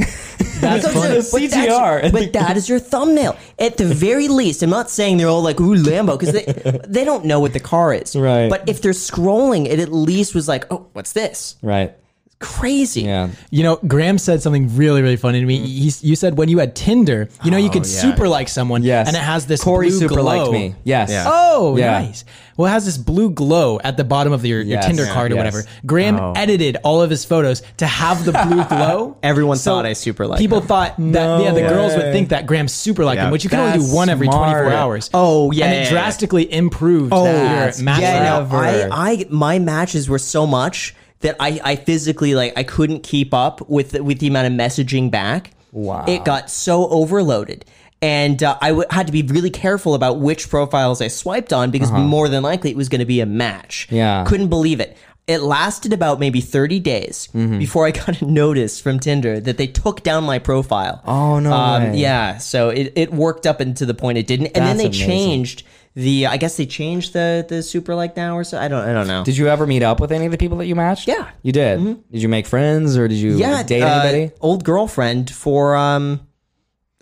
Speaker 2: That's
Speaker 1: funny. CTR.
Speaker 2: But that is your thumbnail. At the very least, I'm not saying they're all like, ooh, Lambo, because they, they don't know what the car is.
Speaker 1: Right.
Speaker 2: But if they're scrolling, it at least was like, oh, what's this?
Speaker 1: right.
Speaker 2: Crazy.
Speaker 1: Yeah.
Speaker 3: You know, Graham said something really, really funny to me. He, you said when you had Tinder, you know, you could
Speaker 4: yeah.
Speaker 3: super like someone,
Speaker 1: Oh, Yes.
Speaker 3: and it has this
Speaker 1: Corey
Speaker 3: blue
Speaker 1: super
Speaker 3: glow.
Speaker 1: liked me. Yes.
Speaker 4: Yeah.
Speaker 3: Oh,
Speaker 1: Yeah.
Speaker 3: nice. Well, it has this blue glow at the bottom of your, your
Speaker 1: Yes.
Speaker 3: Tinder
Speaker 1: Yeah.
Speaker 3: card or
Speaker 1: Yes.
Speaker 3: whatever. Graham
Speaker 4: Oh.
Speaker 3: edited all of his photos to have the blue glow.
Speaker 2: Everyone thought I super liked
Speaker 3: People
Speaker 2: him.
Speaker 3: thought that yeah, the
Speaker 1: way.
Speaker 3: girls would think that Graham super liked
Speaker 4: Yeah.
Speaker 3: him, which you can only
Speaker 1: That's
Speaker 3: do one every
Speaker 1: smart.
Speaker 3: 24 hours.
Speaker 2: Oh, yeah,
Speaker 3: and
Speaker 2: yeah,
Speaker 3: it
Speaker 2: yeah. Oh,
Speaker 3: drastically improved
Speaker 1: That's
Speaker 3: your match.
Speaker 2: Yeah,
Speaker 3: rate.
Speaker 2: no, I,
Speaker 1: Clever.
Speaker 2: I, my matches were so much that I, I physically like I couldn't keep up with the, with the amount of messaging back.
Speaker 1: Wow.
Speaker 2: it got so overloaded, and uh, I w- had to be really careful about which profiles I swiped on because more than likely it was going to be a match.
Speaker 1: Uh-huh. Yeah.
Speaker 2: couldn't believe it. It lasted about maybe 30 days
Speaker 1: Mm-hmm.
Speaker 2: before I got a notice from Tinder that they took down my profile. Um,
Speaker 1: Oh, no way.
Speaker 2: Yeah, so it, it worked up into the point it didn't. And then
Speaker 1: That's
Speaker 2: they
Speaker 1: amazing.
Speaker 2: changed the I guess they changed the the super like now or so. I don't I don't know.
Speaker 1: Did you ever meet up with any of the people that you matched?
Speaker 2: Yeah.
Speaker 1: You did?
Speaker 3: Mm-hmm.
Speaker 1: Did you make friends or did you date
Speaker 2: uh,
Speaker 1: anybody?
Speaker 2: Old girlfriend for um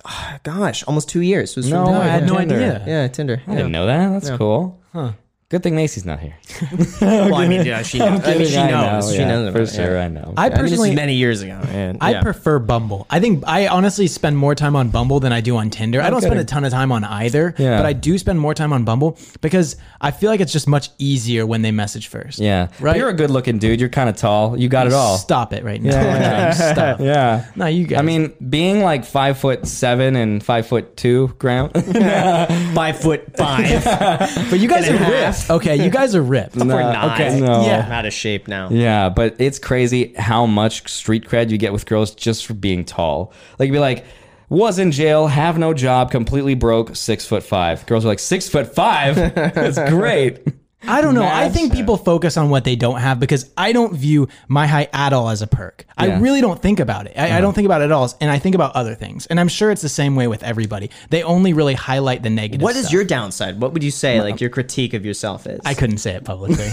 Speaker 2: ah, gosh, almost 2 years was from
Speaker 1: No, I
Speaker 3: I had
Speaker 1: had
Speaker 3: no
Speaker 1: Tinder.
Speaker 3: idea.
Speaker 2: Yeah, Tinder.
Speaker 1: I
Speaker 2: Yeah.
Speaker 1: didn't know that. That's cool. Huh. Good thing Macy's not here.
Speaker 4: Well, I mean, yeah, she knows. I mean, she
Speaker 1: I
Speaker 4: knows.
Speaker 1: Know,
Speaker 4: She
Speaker 1: yeah,
Speaker 4: knows.
Speaker 1: for
Speaker 2: about it,
Speaker 1: sure. I know.
Speaker 4: I
Speaker 3: I
Speaker 4: mean, this
Speaker 3: personally
Speaker 4: is many years ago. And,
Speaker 3: I
Speaker 4: yeah.
Speaker 3: prefer Bumble. I think I honestly spend more time on Bumble than I do on Tinder. I don't spend
Speaker 1: kidding.
Speaker 3: a ton of time on either,
Speaker 1: Yeah.
Speaker 3: but I do spend more time on Bumble because I feel like it's just much easier when they message first.
Speaker 1: yeah. Right.
Speaker 3: Right?
Speaker 1: You're a good looking dude. You're kind of tall. You got it all.
Speaker 3: Stop it right now. Stop.
Speaker 1: Yeah.
Speaker 3: No, you guys.
Speaker 1: I mean, being like five foot seven and five foot two, Graham.
Speaker 2: 5 foot 5.
Speaker 3: but you guys are
Speaker 4: and a
Speaker 3: ripped.
Speaker 4: half.
Speaker 3: Okay, you guys are ripped.
Speaker 4: We're
Speaker 1: Uh,
Speaker 4: not.
Speaker 1: okay. No.
Speaker 3: Yeah.
Speaker 4: I'm out of shape now.
Speaker 1: Yeah, but it's crazy how much street cred you get with girls just for being tall. Like you'd be like, was in jail, have no job, completely broke, six foot five. Girls are like, six foot five? That's great.
Speaker 3: I don't know. I think people focus on what they don't have because I don't view my height at all as a perk.
Speaker 1: Yeah.
Speaker 3: I really don't think about it. I, I don't think about it at all, and I think about other things. And I'm sure it's the same way with everybody. They only really highlight the negative.
Speaker 2: what is
Speaker 3: stuff.
Speaker 2: your downside? What would you say like your critique of yourself is?
Speaker 3: I couldn't say it publicly.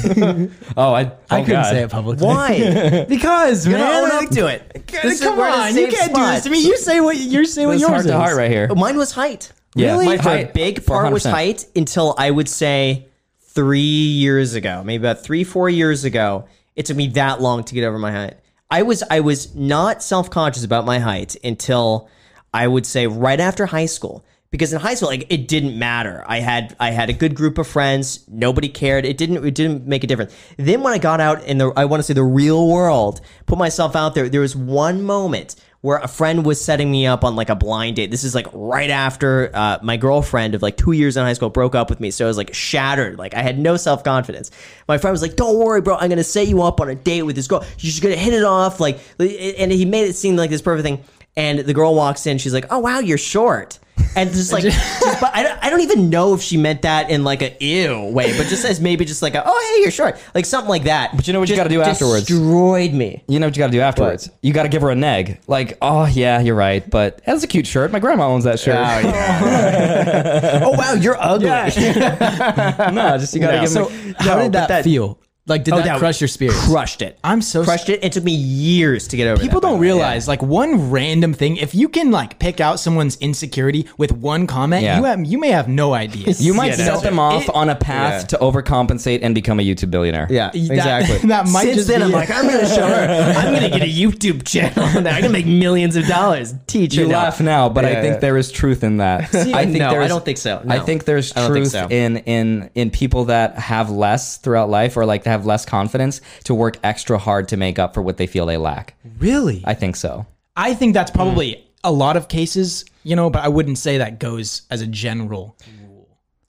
Speaker 1: Oh, I, oh
Speaker 3: I couldn't
Speaker 1: God.
Speaker 3: say it publicly.
Speaker 2: Why?
Speaker 3: Because man,
Speaker 2: Own
Speaker 3: I-
Speaker 2: up to it. This is-
Speaker 3: come
Speaker 2: we're in the
Speaker 3: on, you
Speaker 2: same
Speaker 3: can't do
Speaker 2: spot.
Speaker 3: this to me. You say what you say what
Speaker 1: It's
Speaker 3: yours
Speaker 1: heart
Speaker 3: is.
Speaker 1: to heart right here.
Speaker 2: Mine was height.
Speaker 1: Yeah.
Speaker 2: Really?
Speaker 1: My
Speaker 2: For a
Speaker 1: height,
Speaker 2: big part was
Speaker 1: 100%.
Speaker 2: height until I would say three years ago, maybe about three, four years ago. It took me that long to get over my height. I was I was not self conscious about my height until I would say right after high school. Because in high school, like it didn't matter. I had I had a good group of friends. Nobody cared. It didn't it didn't make a difference. Then when I got out in the I want to say the real world, put myself out there. There was one moment where a friend was setting me up on like a blind date. This is like right after uh, my girlfriend of like two years in high school broke up with me. So I was like shattered. Like I had no self confidence. My friend was like, "Don't worry, bro. I'm gonna set you up on a date with this girl. You're just gonna hit it off." Like, and he made it seem like this perfect thing. And the girl walks in. She's like, "Oh wow, you're short." And just like, just- but I don't, I don't even know if she meant that in like a ew way, but just as maybe just like a, oh hey, you're short, like something like that. But
Speaker 1: you know what you gotta do afterwards?
Speaker 2: Destroyed me.
Speaker 1: You know what you got to do afterwards. You got to give her a neg. Like, oh yeah, you're right, but that's a cute shirt. My grandma owns that shirt.
Speaker 2: Oh wow, you're ugly.
Speaker 1: no, just you got to
Speaker 4: No.
Speaker 1: give
Speaker 3: So
Speaker 1: them.
Speaker 3: how
Speaker 2: No, but
Speaker 3: did that,
Speaker 2: that- oh,
Speaker 3: feel? Like did that, crush your spirit?
Speaker 2: Crushed it.
Speaker 3: I'm so
Speaker 2: crushed it. It took me years to get over.
Speaker 3: People
Speaker 2: that, by
Speaker 3: don't
Speaker 2: the way.
Speaker 3: realize like one random thing. If you can like pick out someone's insecurity with one comment,
Speaker 1: Yeah.
Speaker 3: you have, you may have no idea.
Speaker 1: You might
Speaker 4: Yeah,
Speaker 1: set
Speaker 4: that's
Speaker 1: them
Speaker 4: it.
Speaker 1: off
Speaker 3: It-
Speaker 1: on a path to overcompensate and become a YouTube billionaire.
Speaker 2: Yeah,
Speaker 3: That-
Speaker 2: exactly.
Speaker 3: That might
Speaker 2: Since
Speaker 3: just
Speaker 2: then,
Speaker 3: be
Speaker 2: I'm
Speaker 3: it.
Speaker 2: like, I'm gonna show her. I'm gonna get a YouTube channel. and I'm gonna make millions of dollars. Teach her
Speaker 1: You
Speaker 2: now.
Speaker 1: laugh now, but I
Speaker 4: Yeah,
Speaker 1: think
Speaker 4: yeah.
Speaker 1: there is truth in that. I think
Speaker 2: no,
Speaker 1: there's-
Speaker 2: I don't think so.
Speaker 1: I
Speaker 2: No.
Speaker 1: think there's
Speaker 2: I don't think
Speaker 1: truth
Speaker 2: so.
Speaker 1: in in in people that have less throughout life or like have less confidence to work extra hard to make up for what they feel they lack.
Speaker 3: really.
Speaker 1: I think so.
Speaker 3: I think
Speaker 1: Hmm.
Speaker 3: that's probably a lot of cases, you know, but I wouldn't say that goes as a general.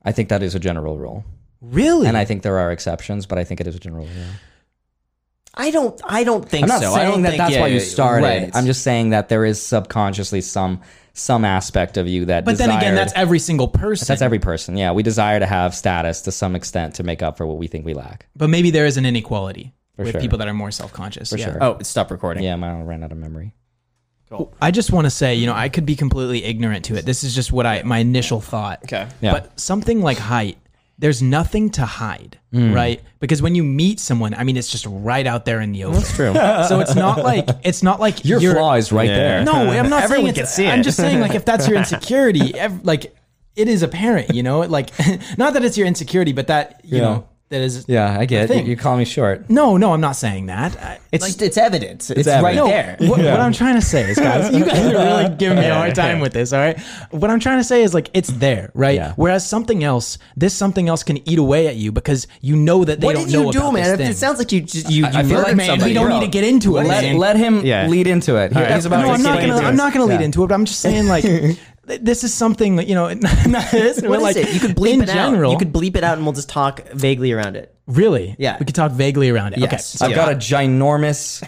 Speaker 1: I think that is a general rule.
Speaker 3: Really?
Speaker 1: And I think there are exceptions, but I think it is a general rule.
Speaker 2: I don't. I don't think
Speaker 1: I'm not
Speaker 2: so. I
Speaker 1: saying
Speaker 2: don't
Speaker 1: that
Speaker 2: think,
Speaker 1: that's
Speaker 2: yeah,
Speaker 1: why you
Speaker 2: yeah,
Speaker 1: started.
Speaker 2: Right.
Speaker 1: I'm just saying that there is subconsciously some some aspect of you that
Speaker 3: but then again,
Speaker 1: desired-
Speaker 3: that's every single person.
Speaker 1: that's every person. Yeah, we desire to have status to some extent to make up for what we think we lack.
Speaker 3: but maybe there is an inequality with
Speaker 1: sure.
Speaker 3: people that are more self conscious. For
Speaker 1: sure.
Speaker 2: Oh, stop recording.
Speaker 1: Yeah, I ran out of memory.
Speaker 3: Oh, I just want to say, you know, I could be completely ignorant to it. This is just what I my initial thought.
Speaker 4: Okay.
Speaker 1: Yeah.
Speaker 3: But something like height, there's nothing to hide,
Speaker 1: Mm.
Speaker 3: right? Because when you meet someone, I mean, it's just right out there in the open. That's
Speaker 1: true.
Speaker 3: so it's not like it's not like
Speaker 1: Your
Speaker 3: you're-
Speaker 1: flaw is right
Speaker 4: Yeah.
Speaker 1: there.
Speaker 3: No, I'm not
Speaker 4: Everyone
Speaker 3: saying
Speaker 4: can
Speaker 3: it's-
Speaker 4: see
Speaker 3: I'm
Speaker 4: it.
Speaker 3: just saying like if that's your insecurity, ev- like it is apparent, you know? Like not that it's your insecurity, but that, you
Speaker 1: Yeah.
Speaker 3: know, that is
Speaker 1: Yeah, I get it.
Speaker 3: think-
Speaker 1: You call me short.
Speaker 3: No, no, I'm not saying that. I,
Speaker 2: It's just, it's evidence. It's, right
Speaker 1: evident.
Speaker 2: there.
Speaker 3: What, what I'm trying to say is, guys, you guys are really giving me a hard time with this. All right, what I'm trying to say is, like, it's there, right?
Speaker 1: Yeah.
Speaker 3: Whereas something else, this something else can eat away at you because you know that they
Speaker 2: what
Speaker 3: don't
Speaker 2: did
Speaker 3: know
Speaker 2: you do,
Speaker 3: about this
Speaker 2: man?
Speaker 3: thing.
Speaker 2: It sounds like you just, you, you
Speaker 1: I feel
Speaker 2: murdered
Speaker 1: like, man,
Speaker 2: somebody.
Speaker 3: we don't
Speaker 1: bro.
Speaker 3: need to get into it.
Speaker 1: Let,
Speaker 3: man.
Speaker 1: let him
Speaker 4: Yeah.
Speaker 1: lead into it. He-
Speaker 4: right.
Speaker 1: He's about
Speaker 3: no,
Speaker 1: to
Speaker 3: I'm not
Speaker 1: explain
Speaker 3: gonna.
Speaker 1: to
Speaker 3: I'm
Speaker 1: us.
Speaker 3: not gonna lead
Speaker 1: Yeah.
Speaker 3: into it. But I'm just saying, like, th- this is something that you know. Not this,
Speaker 2: What
Speaker 3: but
Speaker 2: is
Speaker 3: like
Speaker 2: it? You could bleep
Speaker 3: in
Speaker 2: it
Speaker 3: general.
Speaker 2: out. You could bleep it out, and we'll just talk vaguely around it.
Speaker 3: really.
Speaker 2: Yeah.
Speaker 3: we could talk vaguely around it. Okay,
Speaker 2: Yes.
Speaker 1: I've got a ginormous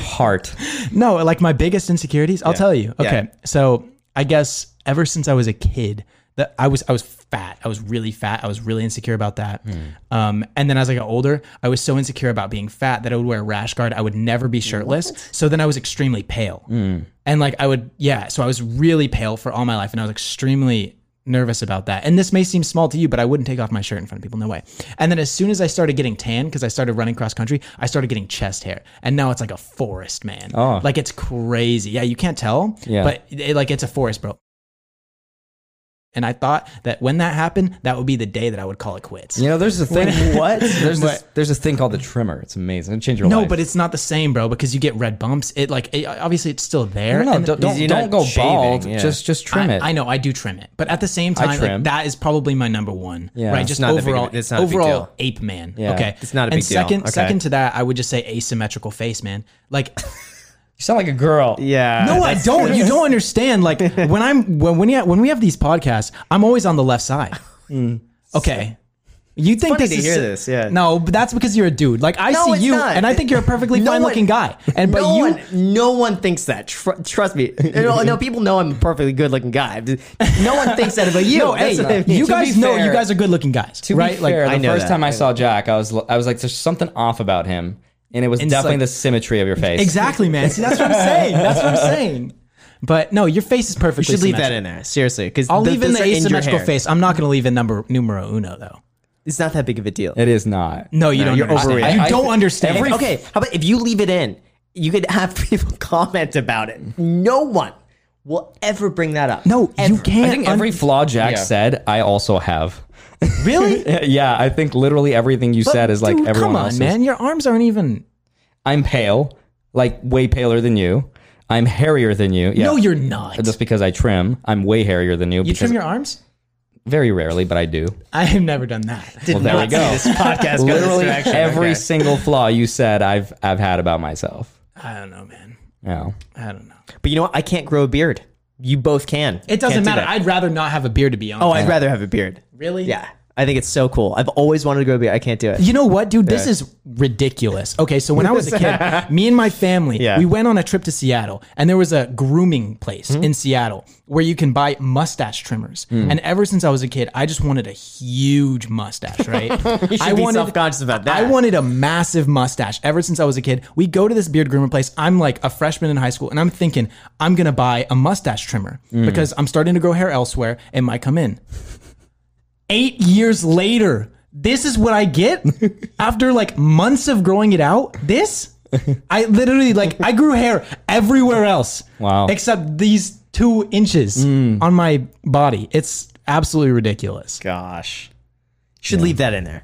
Speaker 1: heart.
Speaker 3: No, like my biggest insecurities, I'll tell you. Okay. So I guess ever since I was a kid, that I was I was fat. I was really fat. I was really insecure about that. Um, and then as I got older, I was so insecure about being fat that I would wear a rash guard. I would never be shirtless. So then I was extremely pale. And like I would, yeah. So I was really pale for all my life, and I was extremely nervous about that. And this may seem small to you, but I wouldn't take off my shirt in front of people. No way. And then as soon as I started getting tan, because I started running cross country, I started getting chest hair. And now it's like a forest, man.
Speaker 1: Oh.
Speaker 3: Like it's crazy. Yeah, you can't tell.
Speaker 1: Yeah.
Speaker 3: But it, like it's a forest, bro. And I thought that when that happened, that would be the day that I would call it quits.
Speaker 1: You know, there's a thing.
Speaker 2: What?
Speaker 1: There's this, there's this thing called the trimmer. It's amazing. It'll change your
Speaker 3: No,
Speaker 1: life.
Speaker 3: but it's not the same, bro, because you get red bumps. It like it, obviously it's still there.
Speaker 1: no,
Speaker 3: And-
Speaker 1: don't don't,
Speaker 4: you're
Speaker 1: don't
Speaker 4: not
Speaker 1: go
Speaker 4: shaving,
Speaker 1: bald.
Speaker 4: yeah.
Speaker 1: Just just trim
Speaker 3: I,
Speaker 1: it.
Speaker 3: I know I do trim it, but at the same time, like,
Speaker 1: trim.
Speaker 3: that is probably my number one.
Speaker 1: Yeah.
Speaker 3: right.
Speaker 1: It's
Speaker 3: Just
Speaker 4: not a big-
Speaker 3: overall,
Speaker 4: it's not a big
Speaker 3: overall
Speaker 4: deal.
Speaker 3: ape man.
Speaker 1: Yeah.
Speaker 3: Okay,
Speaker 4: It's not a
Speaker 3: and
Speaker 4: big deal.
Speaker 3: Second,
Speaker 4: Okay.
Speaker 3: second to that, I would just say asymmetrical face, man. Like,
Speaker 1: you sound like a girl.
Speaker 4: Yeah.
Speaker 3: no, I
Speaker 4: that's-
Speaker 3: don't. You don't understand. Like when I'm when when, yeah, when we have these podcasts, I'm always on the left side. Okay. You think
Speaker 4: funny
Speaker 3: this
Speaker 4: to
Speaker 3: is
Speaker 4: hear this, yeah.
Speaker 3: No, but that's because you're a dude. Like I
Speaker 2: No,
Speaker 3: see
Speaker 2: it's
Speaker 3: you,
Speaker 2: not.
Speaker 3: and I think you're a perfectly
Speaker 2: No
Speaker 3: fine-looking
Speaker 2: one-
Speaker 3: guy. And but
Speaker 2: no
Speaker 3: you,
Speaker 2: one, no one thinks that. Tr- trust me. No, no, people know I'm a perfectly good-looking guy. No one thinks that about you.
Speaker 3: no,
Speaker 2: That's what I
Speaker 3: Oh, hey,
Speaker 2: mean.
Speaker 3: you
Speaker 1: To
Speaker 3: guys
Speaker 1: be
Speaker 3: know
Speaker 1: fair-
Speaker 3: you guys are good-looking guys,
Speaker 1: To be
Speaker 3: right?
Speaker 1: fair,
Speaker 3: like
Speaker 1: the
Speaker 4: I know
Speaker 1: first
Speaker 4: that.
Speaker 1: time I saw Jack, I was I was like, there's something off about him, and it was
Speaker 3: it's
Speaker 1: definitely
Speaker 3: like-
Speaker 1: the symmetry of your face.
Speaker 3: Exactly, man. See, that's what I'm saying. That's what I'm saying. But no, your face is perfectly.
Speaker 4: You should leave that
Speaker 3: symmetrical.
Speaker 4: in there, seriously. Because
Speaker 3: I'll leave in the asymmetrical face. I'm not going to leave in number numero uno though.
Speaker 2: It's not that big of a deal.
Speaker 1: It is not.
Speaker 3: No, you don't.
Speaker 4: you're
Speaker 3: understand.
Speaker 4: overrated.
Speaker 3: You
Speaker 1: I- I-
Speaker 3: don't understand.
Speaker 1: every-
Speaker 2: Okay, how about if you leave it in, you could have people comment about it. No one will ever bring that up.
Speaker 3: no,
Speaker 2: Ever.
Speaker 3: you can't.
Speaker 1: I think every flaw Jack
Speaker 4: Yeah.
Speaker 1: said, I also have.
Speaker 3: really.
Speaker 1: yeah, I think literally everything you said is like
Speaker 3: Dude,
Speaker 1: everyone
Speaker 3: Come on,
Speaker 1: else's.
Speaker 3: man. Your arms aren't even.
Speaker 1: I'm pale, like way paler than you. I'm hairier than you. Yeah.
Speaker 3: No, you're not.
Speaker 1: just because I trim, I'm way hairier than you.
Speaker 3: You
Speaker 1: because,
Speaker 3: trim your arms?
Speaker 1: very rarely, but I do.
Speaker 3: I have never done that.
Speaker 4: Did
Speaker 1: there we
Speaker 4: not see
Speaker 1: go.
Speaker 4: This podcast go this
Speaker 1: Literally
Speaker 4: direction.
Speaker 1: every
Speaker 4: Okay.
Speaker 1: single flaw you said, I've I've had about myself.
Speaker 3: I don't know, man.
Speaker 1: Yeah.
Speaker 3: I don't know.
Speaker 2: But you know what? I can't grow a beard. You both can.
Speaker 3: It doesn't
Speaker 2: Can't do
Speaker 3: matter.
Speaker 2: that.
Speaker 3: I'd rather not have a beard to be honest.
Speaker 2: oh, I'd rather have a beard.
Speaker 3: really?
Speaker 2: Yeah, I think it's so cool. I've always wanted to grow a beard. I can't do it.
Speaker 3: You know what, dude? This is ridiculous. Okay, so when I was a kid, me and my family,
Speaker 4: Yeah.
Speaker 3: we went on a trip to Seattle, and there was a grooming place
Speaker 2: Hmm?
Speaker 3: in Seattle where you can buy mustache trimmers. And ever since I was a kid, I just wanted a huge mustache, right?
Speaker 2: You should
Speaker 3: I
Speaker 2: be
Speaker 3: wanted-
Speaker 2: self-conscious about that.
Speaker 3: I wanted a massive mustache ever since I was a kid. We go to this beard groomer place. I'm like a freshman in high school, and I'm thinking I'm gonna buy a mustache trimmer
Speaker 2: Hmm.
Speaker 3: because I'm starting to grow hair elsewhere. It might come in eight years later, this is what I get after like months of growing it out. This, I literally like I grew hair everywhere else.
Speaker 1: Wow.
Speaker 3: Except these two inches
Speaker 4: Mm.
Speaker 3: on my body. It's absolutely ridiculous.
Speaker 4: Gosh.
Speaker 2: should leave that in there.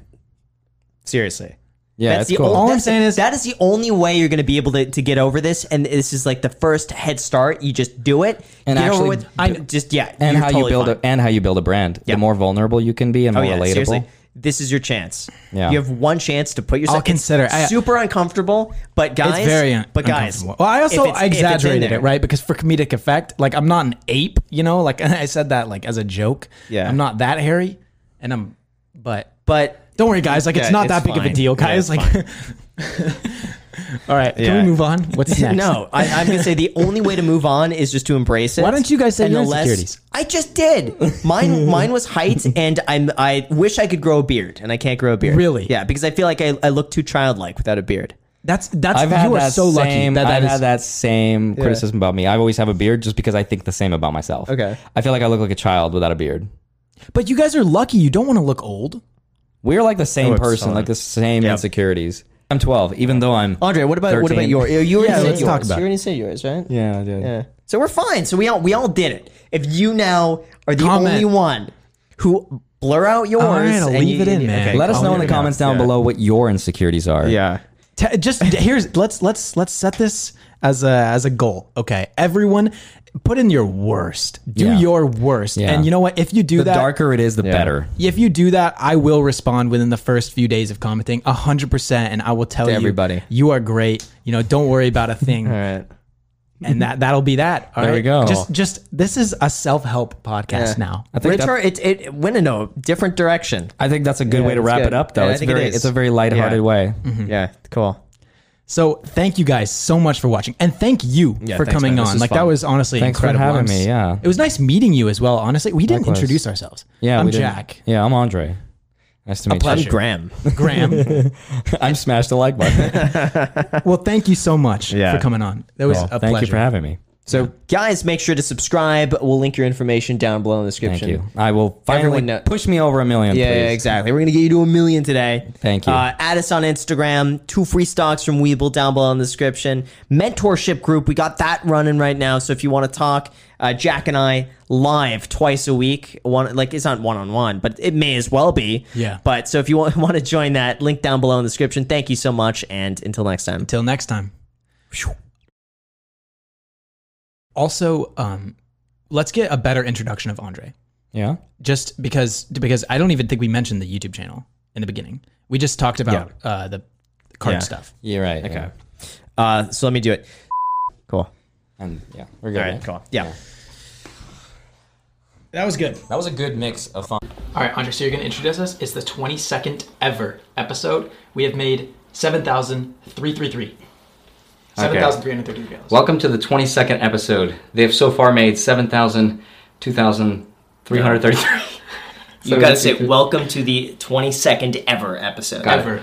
Speaker 4: Seriously.
Speaker 1: Yeah,
Speaker 2: that's
Speaker 1: it's
Speaker 2: the
Speaker 1: cool.
Speaker 2: ol-
Speaker 3: All I'm
Speaker 2: that's the-
Speaker 3: saying is-
Speaker 2: that is the only way you're going to be able to, to get over this, and this is like the first head start. You just do it
Speaker 1: And
Speaker 2: get
Speaker 1: actually
Speaker 2: over with. I just yeah,
Speaker 1: and
Speaker 2: you're
Speaker 1: how
Speaker 2: totally
Speaker 1: you build
Speaker 2: fine. Oh,
Speaker 1: a, and how you build a brand. The more vulnerable you can
Speaker 3: Oh,
Speaker 1: be and more relatable.
Speaker 2: Seriously, this is your chance.
Speaker 1: Yeah.
Speaker 2: You have one chance to put yourself.
Speaker 3: I'll consider-
Speaker 2: It's
Speaker 3: I-
Speaker 2: super uncomfortable, but guys,
Speaker 3: It's very un-
Speaker 2: but guys.
Speaker 3: uncomfortable. Well, I also
Speaker 2: if it's-
Speaker 3: I
Speaker 2: if it's in
Speaker 3: exaggerated
Speaker 2: there-
Speaker 3: it, right? Because for comedic effect, like I'm not an ape, you know. Like I said that like as a joke.
Speaker 4: Yeah.
Speaker 3: I'm not that hairy, and I'm. But
Speaker 2: But
Speaker 3: don't worry, guys. Like it's
Speaker 4: Yeah,
Speaker 3: not
Speaker 4: it's
Speaker 3: that big of a
Speaker 4: fine.
Speaker 3: deal,
Speaker 4: Yeah, it's
Speaker 3: guys. like. All right, can
Speaker 4: Yeah.
Speaker 3: we move on? What's next?
Speaker 2: no, I, I'm gonna say the only way to move on is just to embrace it.
Speaker 3: Why don't you guys say
Speaker 2: And
Speaker 3: your
Speaker 2: the less-
Speaker 3: insecurities?
Speaker 2: I just did. Mine, mine was height, and I'm. I wish I could grow a beard, and I can't grow a beard.
Speaker 3: Really?
Speaker 2: Yeah, because I feel like I, I look too childlike without a beard.
Speaker 3: That's that's
Speaker 1: I've had
Speaker 3: you are
Speaker 1: that
Speaker 3: so
Speaker 1: same-
Speaker 3: lucky that
Speaker 1: I've
Speaker 3: that
Speaker 1: had
Speaker 3: is
Speaker 1: that same criticism about me. I always have a beard just because I think the same about myself.
Speaker 4: Okay.
Speaker 1: I feel like I look like a child without a beard.
Speaker 3: But you guys are lucky. You don't want to look old.
Speaker 1: We're like the same
Speaker 4: it's
Speaker 1: person,
Speaker 4: solid.
Speaker 1: like the same insecurities. I'm 12, even though I'm.
Speaker 2: Andre, what about what about
Speaker 1: 13.
Speaker 2: your? You already
Speaker 3: Yeah,
Speaker 2: said
Speaker 3: let's
Speaker 2: yours.
Speaker 3: talk about
Speaker 2: You
Speaker 3: it.
Speaker 2: already said yours, right?
Speaker 1: Yeah, I did.
Speaker 2: Yeah. So we're fine. So we all we all did it. If you now are the
Speaker 3: Comment.
Speaker 2: only one who blur out yours,
Speaker 3: All right, I'll
Speaker 2: and
Speaker 3: leave
Speaker 2: you-
Speaker 3: it in,
Speaker 2: and-
Speaker 3: man.
Speaker 1: Let us know in the
Speaker 3: Yeah.
Speaker 1: comments down
Speaker 4: Yeah.
Speaker 1: below what your insecurities are.
Speaker 4: Yeah.
Speaker 3: T- just here's let's let's let's set this as a as a goal. Okay, everyone, put in your worst. Do
Speaker 1: Yeah.
Speaker 3: your worst,
Speaker 1: Yeah.
Speaker 3: and you know what? If you do
Speaker 1: The
Speaker 3: that,
Speaker 1: darker it is, the better.
Speaker 3: if you do that, I will respond within the first few days of commenting, hundred percent, and I will tell
Speaker 1: To
Speaker 3: you,
Speaker 1: everybody.
Speaker 3: you are great. You know, don't worry about a thing,
Speaker 4: All right.
Speaker 3: and that that'll be that. All
Speaker 1: There we
Speaker 3: right?
Speaker 1: go.
Speaker 3: Just just this is a self help podcast now.
Speaker 1: I think,
Speaker 2: We're
Speaker 1: that-
Speaker 2: try- it, it, it went in a different direction.
Speaker 1: I think that's a good way to
Speaker 4: that's
Speaker 1: wrap
Speaker 4: good.
Speaker 1: it up, though.
Speaker 4: Yeah, I
Speaker 1: it's
Speaker 4: think it
Speaker 1: very,
Speaker 4: is.
Speaker 1: it's a very
Speaker 4: Yeah.
Speaker 1: lighthearted
Speaker 4: Mm-hmm.
Speaker 1: way.
Speaker 3: Mm-hmm.
Speaker 4: Yeah. Cool.
Speaker 3: So thank you guys so much for watching, and thank you for
Speaker 4: thanks,
Speaker 3: coming
Speaker 4: man. This
Speaker 3: on.
Speaker 4: was
Speaker 3: Like
Speaker 4: fun.
Speaker 3: that was honestly
Speaker 1: Thanks for
Speaker 3: incredible.
Speaker 1: having
Speaker 3: I'm
Speaker 1: me,
Speaker 3: s-
Speaker 1: yeah.
Speaker 3: it was nice meeting you as well. Honestly, we didn't
Speaker 1: Likewise.
Speaker 3: introduce ourselves.
Speaker 1: Yeah,
Speaker 3: I'm
Speaker 1: we did.
Speaker 3: Jack
Speaker 1: Yeah, I'm Andre. Nice to meet
Speaker 2: I'm
Speaker 1: you.
Speaker 2: Graham.
Speaker 3: Graham.
Speaker 1: I'm smashed the like button.
Speaker 3: well, thank you so much
Speaker 4: Yeah.
Speaker 3: for coming on. That was
Speaker 1: Well,
Speaker 3: a
Speaker 1: thank
Speaker 3: pleasure.
Speaker 1: you for having me.
Speaker 2: So guys, make sure to subscribe. We'll link your information down below in the description.
Speaker 1: Thank you. I will finally
Speaker 2: Everyone know-
Speaker 1: push me over a million.
Speaker 2: Yeah,
Speaker 1: please.
Speaker 2: yeah, exactly. We're gonna get you to a million today.
Speaker 1: Thank you.
Speaker 2: Uh, add us on Instagram. Two free stocks from Weeble down below in the description. Mentorship group. We got that running right now. So if you want to talk, uh, Jack and I live twice a week. One like it's not one on one, but it may as well be.
Speaker 3: Yeah.
Speaker 2: But so if you want, want to join that, link down below in the description. Thank you so much, and until next time.
Speaker 3: Till next time. Also, um, let's get a better introduction of Andre.
Speaker 1: Yeah.
Speaker 3: Just because because I don't even think we mentioned the YouTube channel in the beginning. We just talked about uh, the card
Speaker 4: Yeah.
Speaker 3: stuff.
Speaker 1: You're right. Okay.
Speaker 2: Uh, so let me do it. Cool.
Speaker 1: And yeah, we're good.
Speaker 2: All right. Cool. Yeah.
Speaker 3: That was good.
Speaker 1: That was a good mix of fun.
Speaker 3: All right, Andre, so you're going to introduce us. It's the 22nd ever episode. We have made 7,333. 7,333 videos.
Speaker 5: Welcome to the 22nd episode. They have so far made 7,000, 2,333.
Speaker 2: You gotta say welcome to the 22nd ever episode.
Speaker 5: Got it.
Speaker 3: Ever.